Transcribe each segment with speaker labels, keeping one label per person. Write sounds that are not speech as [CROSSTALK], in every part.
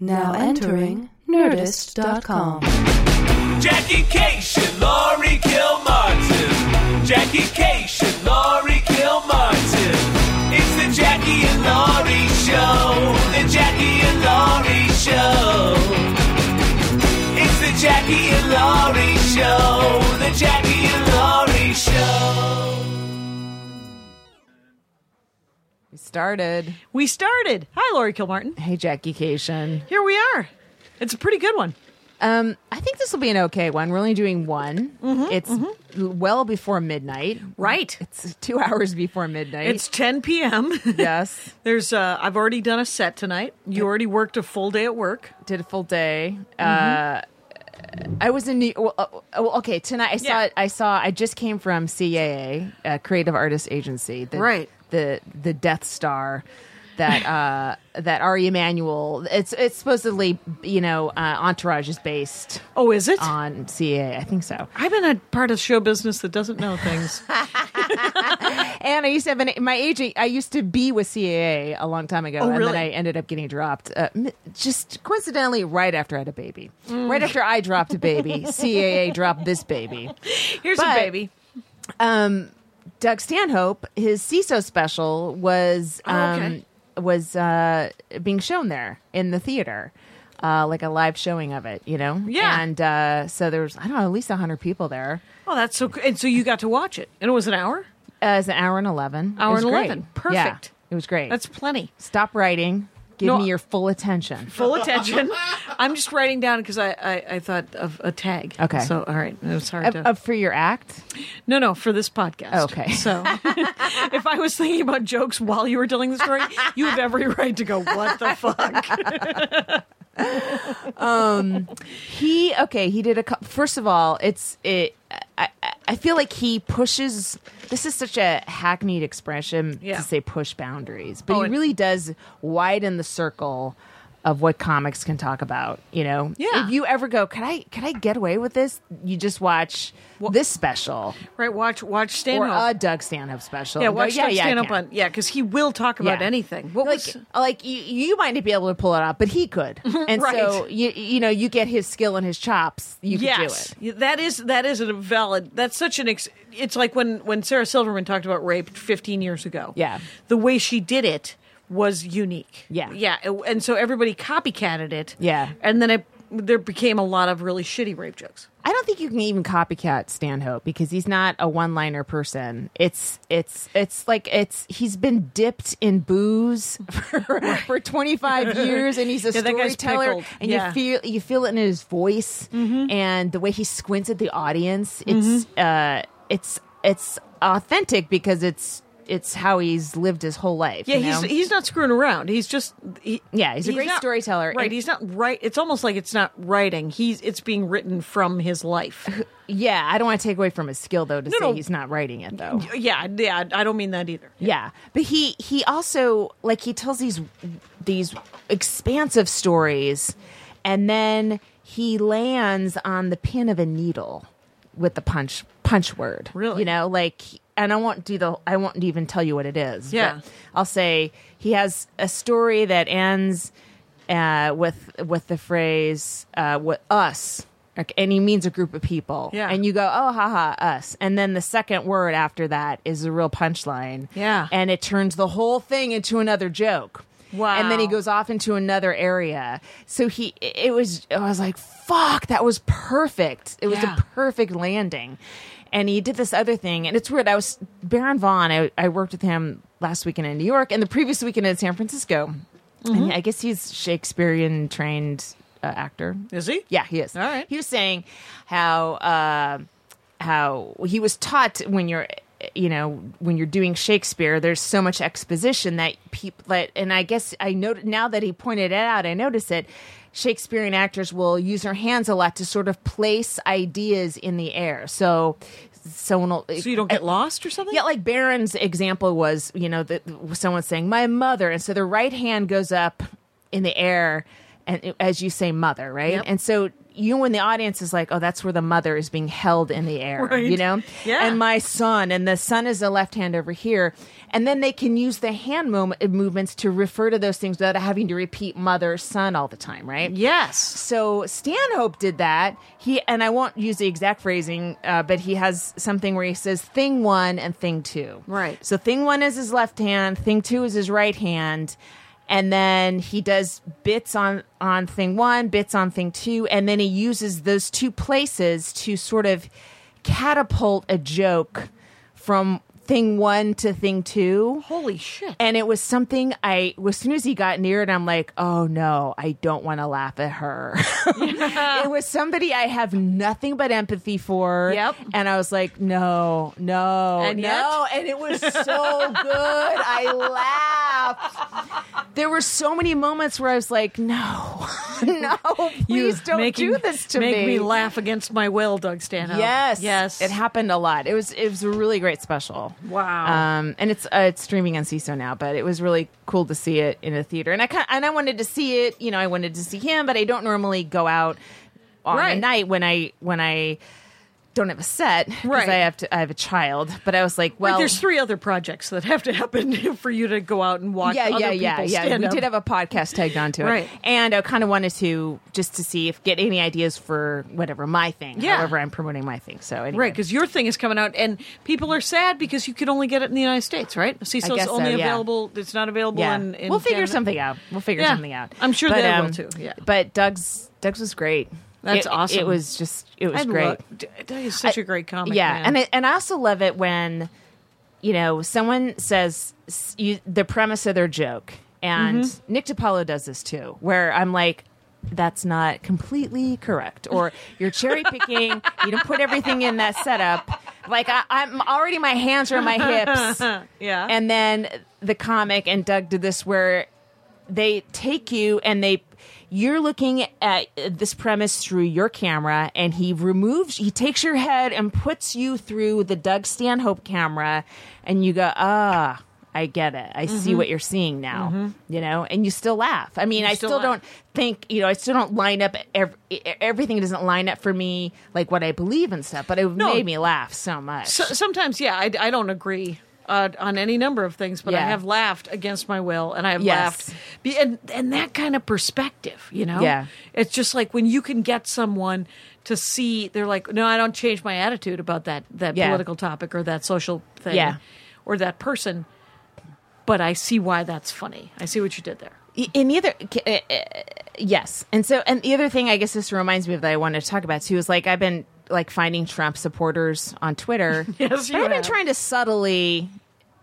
Speaker 1: Now entering Nerdist.com.
Speaker 2: Jackie Cation, Laurie Kilmartin. Jackie Cation, Laurie Kilmartin. It's the Jackie and Laurie Show. The Jackie and Laurie Show. It's the Jackie and Laurie Show. The Jackie and Laurie Show.
Speaker 3: We started.
Speaker 4: We started. Hi, Lori Kilmartin.
Speaker 3: Hey, Jackie Cation.
Speaker 4: Here we are. It's a pretty good one.
Speaker 3: Um, I think this will be an okay one. We're only doing one. it's l- well before midnight.
Speaker 4: Mm-hmm, Right.
Speaker 3: It's two [LAUGHS] hours before midnight.
Speaker 4: It's 10 p.m.
Speaker 3: yes.
Speaker 4: [LAUGHS] There's. Uh, I've already done a set tonight. You already worked a full day at work.
Speaker 3: Did a full day. Uh, I was in New. Well, uh, well, okay. Tonight I saw.
Speaker 4: Mm-hmm. Yeah.
Speaker 3: I saw. I just came from CAA, uh, Creative Artist Agency. The,
Speaker 4: Right.
Speaker 3: The the Death Star. That uh, that Ari Emanuel, it's it's supposedly you know uh, Entourage is based
Speaker 4: Oh, is it?
Speaker 3: on CAA, I think so.
Speaker 4: I've been a part of show business that doesn't
Speaker 3: [LAUGHS]
Speaker 4: know things.
Speaker 3: And I used to have an my agent. I used to be with CAA a long time ago,
Speaker 4: Oh,
Speaker 3: and
Speaker 4: really?
Speaker 3: then I ended up getting dropped. Uh, m- just coincidentally, right after I had a baby,
Speaker 4: Mm.
Speaker 3: right after I dropped a baby,
Speaker 4: [LAUGHS]
Speaker 3: CAA dropped this baby.
Speaker 4: Here's
Speaker 3: But-
Speaker 4: a baby.
Speaker 3: Doug Stanhope, his CISO special was um,
Speaker 4: Oh, okay.
Speaker 3: was uh, being shown there in the theater. Uh, like a live showing of it, you know?
Speaker 4: Yeah.
Speaker 3: And uh, so there was, I don't know, at least 100 people there.
Speaker 4: Oh, that's so. co- And so you got to watch it, and it was an hour.
Speaker 3: Uh, it was an hour and 11. It
Speaker 4: Hour
Speaker 3: was
Speaker 4: and
Speaker 3: great.
Speaker 4: 11.
Speaker 3: Yeah,
Speaker 4: Perfect.
Speaker 3: it was great.
Speaker 4: That's plenty.
Speaker 3: Stop writing. Give
Speaker 4: No.
Speaker 3: me your full attention. [LAUGHS]
Speaker 4: Full attention. I'm just writing down because I, I I thought of a tag.
Speaker 3: Okay.
Speaker 4: So all right, it was hard
Speaker 3: Up,
Speaker 4: to.
Speaker 3: up for your act?
Speaker 4: No, no, for this podcast.
Speaker 3: Okay.
Speaker 4: So [LAUGHS] if I was thinking about jokes while you were telling the story, you have every right to go, what the fuck?
Speaker 3: [LAUGHS] He okay. He did a. cou- First of all, it's it. I, I- I feel like he pushes. This is such a hackneyed expression
Speaker 4: Yeah.
Speaker 3: to say push boundaries, but
Speaker 4: Oh,
Speaker 3: he
Speaker 4: and-
Speaker 3: really does widen the circle of what comics can talk about. You know,
Speaker 4: Yeah.
Speaker 3: If you ever go, can I can I get away with this? You just watch this special
Speaker 4: Right, watch watch
Speaker 3: or
Speaker 4: Stanhope.
Speaker 3: a Doug Stanhope special.
Speaker 4: yeah,
Speaker 3: and go,
Speaker 4: watch Doug
Speaker 3: yeah, I
Speaker 4: Stanhope
Speaker 3: can."
Speaker 4: on yeah, because he will talk about
Speaker 3: Yeah.
Speaker 4: anything. What
Speaker 3: like,
Speaker 4: was
Speaker 3: like you, you might not be able to pull it off, but he
Speaker 4: [LAUGHS]
Speaker 3: could. And so
Speaker 4: Right.
Speaker 3: you, you know, you get his skill and his chops. You could do it.
Speaker 4: Yes, Yeah, that is that is a valid. That's such an. Ex, it's like when when Sarah Silverman talked about rape 15 years ago.
Speaker 3: Yeah.
Speaker 4: the way she did it was unique.
Speaker 3: Yeah.
Speaker 4: yeah, and- and so everybody copycatted it.
Speaker 3: Yeah.
Speaker 4: and then it there became a lot of really shitty rape jokes.
Speaker 3: I don't think you can even copycat Stanhope because he's not a one-liner person. It's it's it's like it's he's been dipped in booze [LAUGHS] for, for
Speaker 4: [LAUGHS]
Speaker 3: 25 years and he's a
Speaker 4: Yeah, that guy's
Speaker 3: storyteller
Speaker 4: pickled.
Speaker 3: and
Speaker 4: Yeah. Mm-hmm.
Speaker 3: you feel you feel it in his voice and the way he squints at the audience. It's uh it's it's authentic because it's it's how he's lived his whole life.
Speaker 4: Yeah,
Speaker 3: you
Speaker 4: he's
Speaker 3: know?
Speaker 4: he's not screwing around. He's just he,
Speaker 3: Yeah, he's a great storyteller.
Speaker 4: Right,
Speaker 3: And-
Speaker 4: he's not right. It's almost like it's not writing. He's it's being written from
Speaker 3: [LAUGHS]
Speaker 4: his life.
Speaker 3: yeah. I don't want to take away from his skill though to say
Speaker 4: no.
Speaker 3: he's not writing it though.
Speaker 4: yeah, yeah. I don't mean that either.
Speaker 3: Yeah, but he he also like he tells these these expansive stories, and then he lands on the pin of a needle with the punch punch word.
Speaker 4: Really?
Speaker 3: you know, like, and I won't do the I won't even tell you what it is. but
Speaker 4: Yeah.
Speaker 3: I'll say he has a story that ends uh, with with the phrase uh, "with us." like, And he means a group of people,
Speaker 4: Yeah.
Speaker 3: and you go, oh, haha, us. And then the second word after that is a real punchline,
Speaker 4: Yeah.
Speaker 3: and it turns the whole thing into another joke.
Speaker 4: Wow.
Speaker 3: And then he goes off into another area. So he, it was, I was like, fuck, that was perfect. It was
Speaker 4: Yeah.
Speaker 3: a perfect landing. And he did this other thing. And it's weird. I was, Baron Vaughn, I, I worked with him last weekend in New York and the previous weekend in San Francisco.
Speaker 4: Mm-hmm.
Speaker 3: And I guess he's Shakespearean trained uh, actor.
Speaker 4: Is he?
Speaker 3: Yeah, he is.
Speaker 4: All right.
Speaker 3: He was saying how uh, how he was taught when you're you know when you're doing Shakespeare, there's so much exposition that people that and I guess I know now that he pointed it out, I notice it. Shakespearean actors will use their hands a lot to sort of place ideas in the air. So someone will
Speaker 4: So you don't get lost or something?
Speaker 3: yeah, like Baron's example was, you know, that someone saying "my mother," and so their right hand goes up in the air, and as you say "mother," right?
Speaker 4: Yep.
Speaker 3: And so you in the audience is like, oh, that's where the mother is being held in the air,
Speaker 4: Right.
Speaker 3: you know?
Speaker 4: Yeah.
Speaker 3: And my son, and the son is the left hand over here. And then they can use the hand mom- eh, movements to refer to those things without having to repeat mother, son all the time, right?
Speaker 4: Yes.
Speaker 3: So Stanhope did that. He and I won't use the exact phrasing, uh, but he has something where he says thing one and thing two.
Speaker 4: Right.
Speaker 3: So thing one is his left hand, thing two is his right hand, and then he does bits on on thing one, bits on thing two, and then he uses those two places to sort of catapult a joke from thing one to thing two.
Speaker 4: Holy shit.
Speaker 3: [LAUGHS] And it was something I, as soon as he got near it, I'm like, oh no, I don't want to laugh at
Speaker 4: [LAUGHS]
Speaker 3: her. it was somebody I have nothing but empathy for.
Speaker 4: Yep.
Speaker 3: And I was like, no, no,
Speaker 4: And
Speaker 3: no.
Speaker 4: yet-
Speaker 3: And it was so good. I laughed. There were so many moments where I was like, no, [LAUGHS] no, please
Speaker 4: You're
Speaker 3: don't
Speaker 4: making-
Speaker 3: do this to
Speaker 4: make
Speaker 3: me.
Speaker 4: me laugh against my will, Doug Stanhope.
Speaker 3: Yes,
Speaker 4: Oh, Yes.
Speaker 3: It happened a lot. It was it was a really great special.
Speaker 4: Wow.
Speaker 3: Um, and it's uh, it's streaming on CISO now, but it was really cool to see it in a theater. And I kind and I wanted to see it. You know, I wanted to see him, but I don't normally go out on
Speaker 4: Right.
Speaker 3: a night when I when I don't have a set because
Speaker 4: Right.
Speaker 3: I have to I have a child. But I was like,
Speaker 4: Like,
Speaker 3: well,
Speaker 4: there's three other projects that have to happen [LAUGHS] for you to go out and watch.
Speaker 3: yeah,
Speaker 4: other
Speaker 3: yeah, yeah,
Speaker 4: people
Speaker 3: yeah.
Speaker 4: Stand
Speaker 3: We
Speaker 4: up.
Speaker 3: did have a podcast tagged onto it,
Speaker 4: Right.
Speaker 3: And I kind of wanted to just to see if get any ideas for whatever my thing,
Speaker 4: Yeah.
Speaker 3: however I'm promoting my thing. So anyway.
Speaker 4: Right, because your thing is coming out, and people are sad because you could only get it in the United States, right? CISO
Speaker 3: guess
Speaker 4: is
Speaker 3: so,
Speaker 4: only
Speaker 3: yeah.
Speaker 4: available; it's not available
Speaker 3: yeah.
Speaker 4: in, in
Speaker 3: we'll figure
Speaker 4: Canada.
Speaker 3: something out. We'll figure
Speaker 4: Yeah.
Speaker 3: something out.
Speaker 4: I'm sure they will, too. Yeah.
Speaker 3: But Doug's Doug's was great.
Speaker 4: That's
Speaker 3: It-
Speaker 4: awesome.
Speaker 3: It was just it was
Speaker 4: I
Speaker 3: great.
Speaker 4: love- D- Doug is such a great comic.
Speaker 3: yeah,
Speaker 4: man.
Speaker 3: and I, and I also love it when you know someone says s- you, the premise of their joke, and
Speaker 4: Mm-hmm.
Speaker 3: Nick DiPaolo does this too, where I'm like. That's not completely correct, or you're cherry picking. you don't put everything in that setup. Like I, I'm already, my hands are on my
Speaker 4: [LAUGHS]
Speaker 3: hips,
Speaker 4: yeah,
Speaker 3: and then the comic and Doug did this where they take you and they you're looking at this premise through your camera and he removes he takes your head and puts you through the Doug Stanhope camera and you go ah I get it. I
Speaker 4: Mm-hmm.
Speaker 3: see what you're seeing now. You know, and you still laugh. I mean, I
Speaker 4: still
Speaker 3: still,
Speaker 4: laugh.
Speaker 3: don't think, you know, I still don't line up ev- everything doesn't line up for me like what I believe and stuff, but it
Speaker 4: No.
Speaker 3: made me laugh so much.
Speaker 4: So, sometimes, yeah, I, I don't agree uh, on any number of things, but I
Speaker 3: Yeah.
Speaker 4: have laughed against my will, and I have
Speaker 3: Yes.
Speaker 4: laughed, Be- and and that kind of perspective, you know,
Speaker 3: Yeah.
Speaker 4: it's just like when you can get someone to see, they're like, no, I don't change my attitude about that that
Speaker 3: Yeah.
Speaker 4: political topic or that social thing,
Speaker 3: Yeah.
Speaker 4: or that person, but I see why that's funny. I see what you did there.
Speaker 3: in either uh, uh, yes and so and the other thing i guess this reminds me of that i wanted to talk about too is like i've been like finding trump supporters on twitter
Speaker 4: [LAUGHS] Yes,
Speaker 3: but
Speaker 4: you
Speaker 3: i've been
Speaker 4: have.
Speaker 3: trying to subtly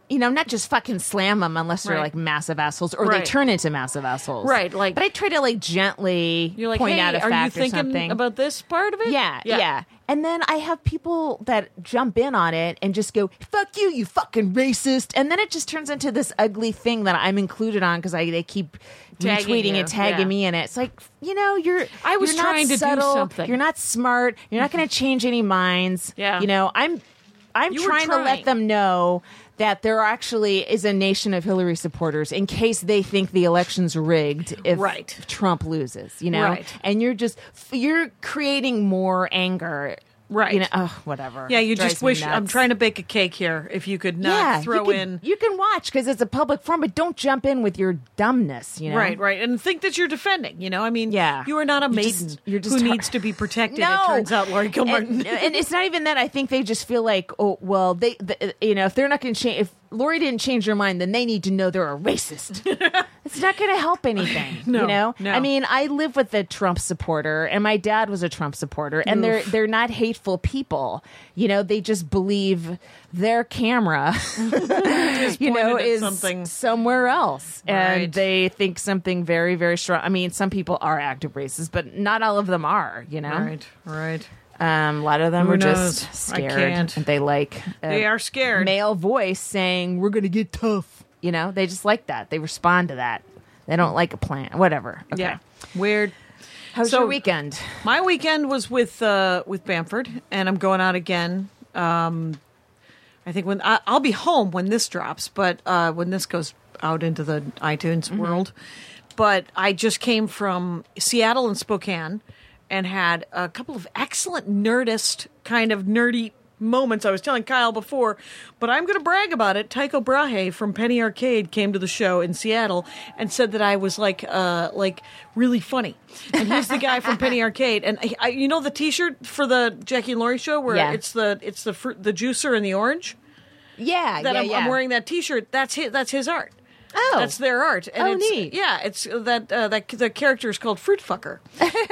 Speaker 3: you know not just fucking slam them unless they're
Speaker 4: Right.
Speaker 3: like massive assholes or
Speaker 4: Right.
Speaker 3: they turn into massive assholes
Speaker 4: Right, like-
Speaker 3: but i try to like gently
Speaker 4: You're like,
Speaker 3: point
Speaker 4: hey,
Speaker 3: out a
Speaker 4: are you
Speaker 3: fact
Speaker 4: thinking
Speaker 3: or something
Speaker 4: about this part of it?
Speaker 3: yeah, yeah, And then I have people that jump in on it and just go, "Fuck you, you fucking racist," and then it just turns into this ugly thing that I'm included on because I they keep
Speaker 4: Tagging
Speaker 3: retweeting
Speaker 4: you,
Speaker 3: and tagging
Speaker 4: yeah.
Speaker 3: me in it. It's like you know, you're
Speaker 4: I was
Speaker 3: you're not
Speaker 4: trying to do
Speaker 3: subtle,
Speaker 4: something.
Speaker 3: You're not smart. You're not going to change any minds.
Speaker 4: [LAUGHS] Yeah.
Speaker 3: you know, I'm I'm
Speaker 4: You were
Speaker 3: trying, to
Speaker 4: trying.
Speaker 3: let them know that there actually is a nation of Hillary supporters in case they think the election's rigged if
Speaker 4: Right.
Speaker 3: Trump loses. You know,
Speaker 4: Right.
Speaker 3: and you're just you're creating more anger
Speaker 4: Right.
Speaker 3: you know ugh, whatever
Speaker 4: Yeah, you
Speaker 3: Drives
Speaker 4: just
Speaker 3: me
Speaker 4: wish. I'm
Speaker 3: nuts.
Speaker 4: trying to bake a cake here. If you could not
Speaker 3: yeah,
Speaker 4: throw
Speaker 3: you can,
Speaker 4: in
Speaker 3: you can watch because it's a public forum but don't jump in with your dumbness you know
Speaker 4: Right, right, and think that you're defending. You know, I mean,
Speaker 3: Yeah.
Speaker 4: you are not a
Speaker 3: You're
Speaker 4: maiden
Speaker 3: just- you're just
Speaker 4: who
Speaker 3: har-
Speaker 4: needs to be
Speaker 3: [LAUGHS]
Speaker 4: protected.
Speaker 3: no
Speaker 4: It turns out, Laurie Gilmartin.
Speaker 3: and,
Speaker 4: [LAUGHS]
Speaker 3: and it's not even that i think they just feel like oh well they the, you know if they're not going to change if Lori didn't change her mind then they need to know they're a
Speaker 4: [LAUGHS]
Speaker 3: racist it's not going to help anything
Speaker 4: No,
Speaker 3: you know
Speaker 4: no.
Speaker 3: i mean i live with a trump supporter and my dad was a trump supporter and they're they're not hateful people you know they just believe their camera [LAUGHS] you know
Speaker 4: pointed at
Speaker 3: is
Speaker 4: something.
Speaker 3: somewhere else and
Speaker 4: Right.
Speaker 3: they think something very very strong i mean some people are active racists but not all of them are you know
Speaker 4: right, right.
Speaker 3: um, a lot of them
Speaker 4: Who
Speaker 3: are
Speaker 4: knows? I
Speaker 3: just scared.
Speaker 4: can't.
Speaker 3: And they like a
Speaker 4: They are scared.
Speaker 3: Male voice saying, "We're gonna get tough." You know, they just like that. They respond to that. They don't like a plan. Whatever. Okay.
Speaker 4: Yeah, weird.
Speaker 3: How's
Speaker 4: So-
Speaker 3: your weekend?
Speaker 4: My weekend was with uh, with Bamford, and I'm going out again. Um, I think when I, I'll be home when this drops, but uh, when this goes out into the iTunes world. But I just came from Seattle and Spokane, and had a couple of excellent nerdist kind of nerdy moments. I was telling Kyle before, but I'm going to brag about it. Tycho Brahe from Penny Arcade came to the show in Seattle and said that I was like, uh, like really funny. And he's the guy from Penny Arcade. And I, I, you know the T-shirt for the Jackie and Laurie show where
Speaker 3: Yeah.
Speaker 4: it's the it's the fruit, the juicer and the orange
Speaker 3: Yeah,
Speaker 4: that
Speaker 3: Uh, yeah,
Speaker 4: I'm,
Speaker 3: yeah.
Speaker 4: I'm wearing that T-shirt. That's his. That's his art.
Speaker 3: Oh.
Speaker 4: that's their art. And
Speaker 3: Oh,
Speaker 4: it's,
Speaker 3: neat.
Speaker 4: Yeah, it's that uh, that the character is called Fruit
Speaker 3: [LAUGHS]
Speaker 4: Fucker,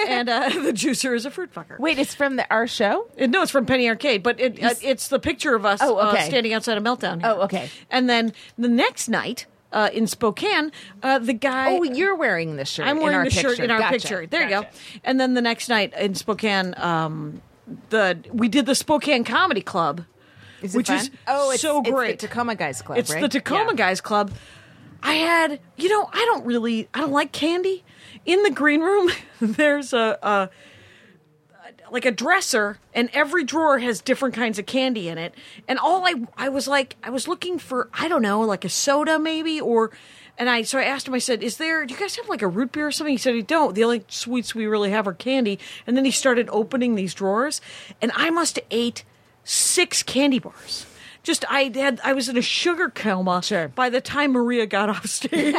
Speaker 4: and uh, [LAUGHS] the juicer is a fruit fucker.
Speaker 3: Wait, it's from the our show.
Speaker 4: Uh, No, it's from Penny Arcade, but it, uh, it's the picture of us
Speaker 3: Oh, okay.
Speaker 4: uh, standing outside a meltdown.
Speaker 3: Oh, okay.
Speaker 4: And then the next night uh, in Spokane, uh, the guy.
Speaker 3: Oh, you're wearing the shirt.
Speaker 4: I'm
Speaker 3: in
Speaker 4: wearing
Speaker 3: our
Speaker 4: the
Speaker 3: picture.
Speaker 4: shirt in our
Speaker 3: Gotcha.
Speaker 4: picture. There you go.
Speaker 3: Gotcha.
Speaker 4: And then the next night in Spokane, um, the we did the Spokane Comedy Club,
Speaker 3: Is it
Speaker 4: which is
Speaker 3: fun? oh, it's,
Speaker 4: so
Speaker 3: it's
Speaker 4: great.
Speaker 3: the Tacoma Guys Club.
Speaker 4: It's
Speaker 3: right?
Speaker 4: the Tacoma
Speaker 3: Yeah.
Speaker 4: Guys Club. I had, you know, I don't really, I don't like candy. In the green room, [LAUGHS] there's a, a like a dresser, and every drawer has different kinds of candy in it. And all I, I was like, I was looking for, I don't know, like a soda maybe, or, and I, so I asked him. I said, "Is there? Do you guys have like a root beer or something?" He said, "We don't. The only sweets we really have are candy." And then he started opening these drawers, and I must have ate six candy bars. Just I had I was in a sugar coma
Speaker 3: Sure.
Speaker 4: by the time Maria got off stage.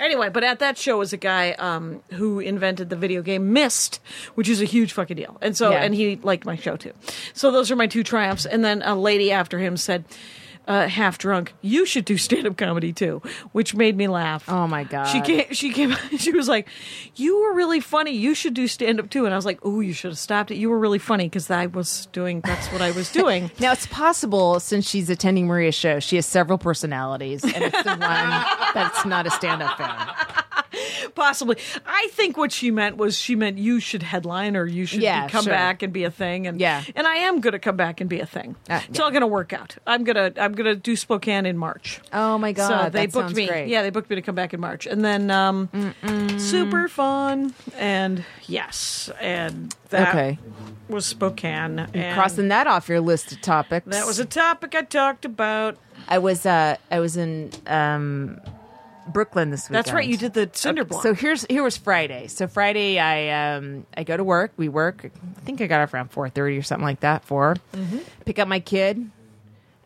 Speaker 4: anyway, but at that show was a guy um, who invented the video game Myst, which is a huge fucking deal. And so
Speaker 3: Yeah.
Speaker 4: and he liked my show too. So those are my two triumphs. And then a lady after him said. Uh, half drunk. You should do stand up comedy too, which made me laugh.
Speaker 3: Oh, my God.
Speaker 4: She came. She came. [LAUGHS] She was like, "You were really funny. You should do stand up too." And I was like, "Oh, you should have stopped it. You were really funny because I was doing. That's what I was
Speaker 3: [LAUGHS]
Speaker 4: doing."
Speaker 3: Now it's possible since she's attending Maria's show, she has several personalities, and it's
Speaker 4: [LAUGHS]
Speaker 3: the one that's not a stand-up fan.
Speaker 4: Possibly. I think what she meant was she meant you should headline or you should
Speaker 3: Yeah,
Speaker 4: be- come
Speaker 3: sure.
Speaker 4: back and be a thing. And
Speaker 3: Yeah.
Speaker 4: and I am gonna come back and be a thing.
Speaker 3: Uh,
Speaker 4: It's
Speaker 3: yeah.
Speaker 4: all gonna work out. I'm gonna I'm gonna do Spokane in March.
Speaker 3: Oh my god!
Speaker 4: so they
Speaker 3: that
Speaker 4: booked
Speaker 3: sounds
Speaker 4: me.
Speaker 3: Great.
Speaker 4: Yeah, they booked me to come back in March, and then um, super fun and yes, and that
Speaker 3: Okay.
Speaker 4: was Spokane. And
Speaker 3: Crossing that off your list of topics.
Speaker 4: that was a topic I talked about.
Speaker 3: I was uh I was in um Brooklyn this weekend.
Speaker 4: That's right, you did the cinder block.
Speaker 3: So here's here was Friday. So Friday I um I go to work. We work. I think I got off around four thirty or something like that. 4
Speaker 4: Mm-hmm.
Speaker 3: Pick up my kid.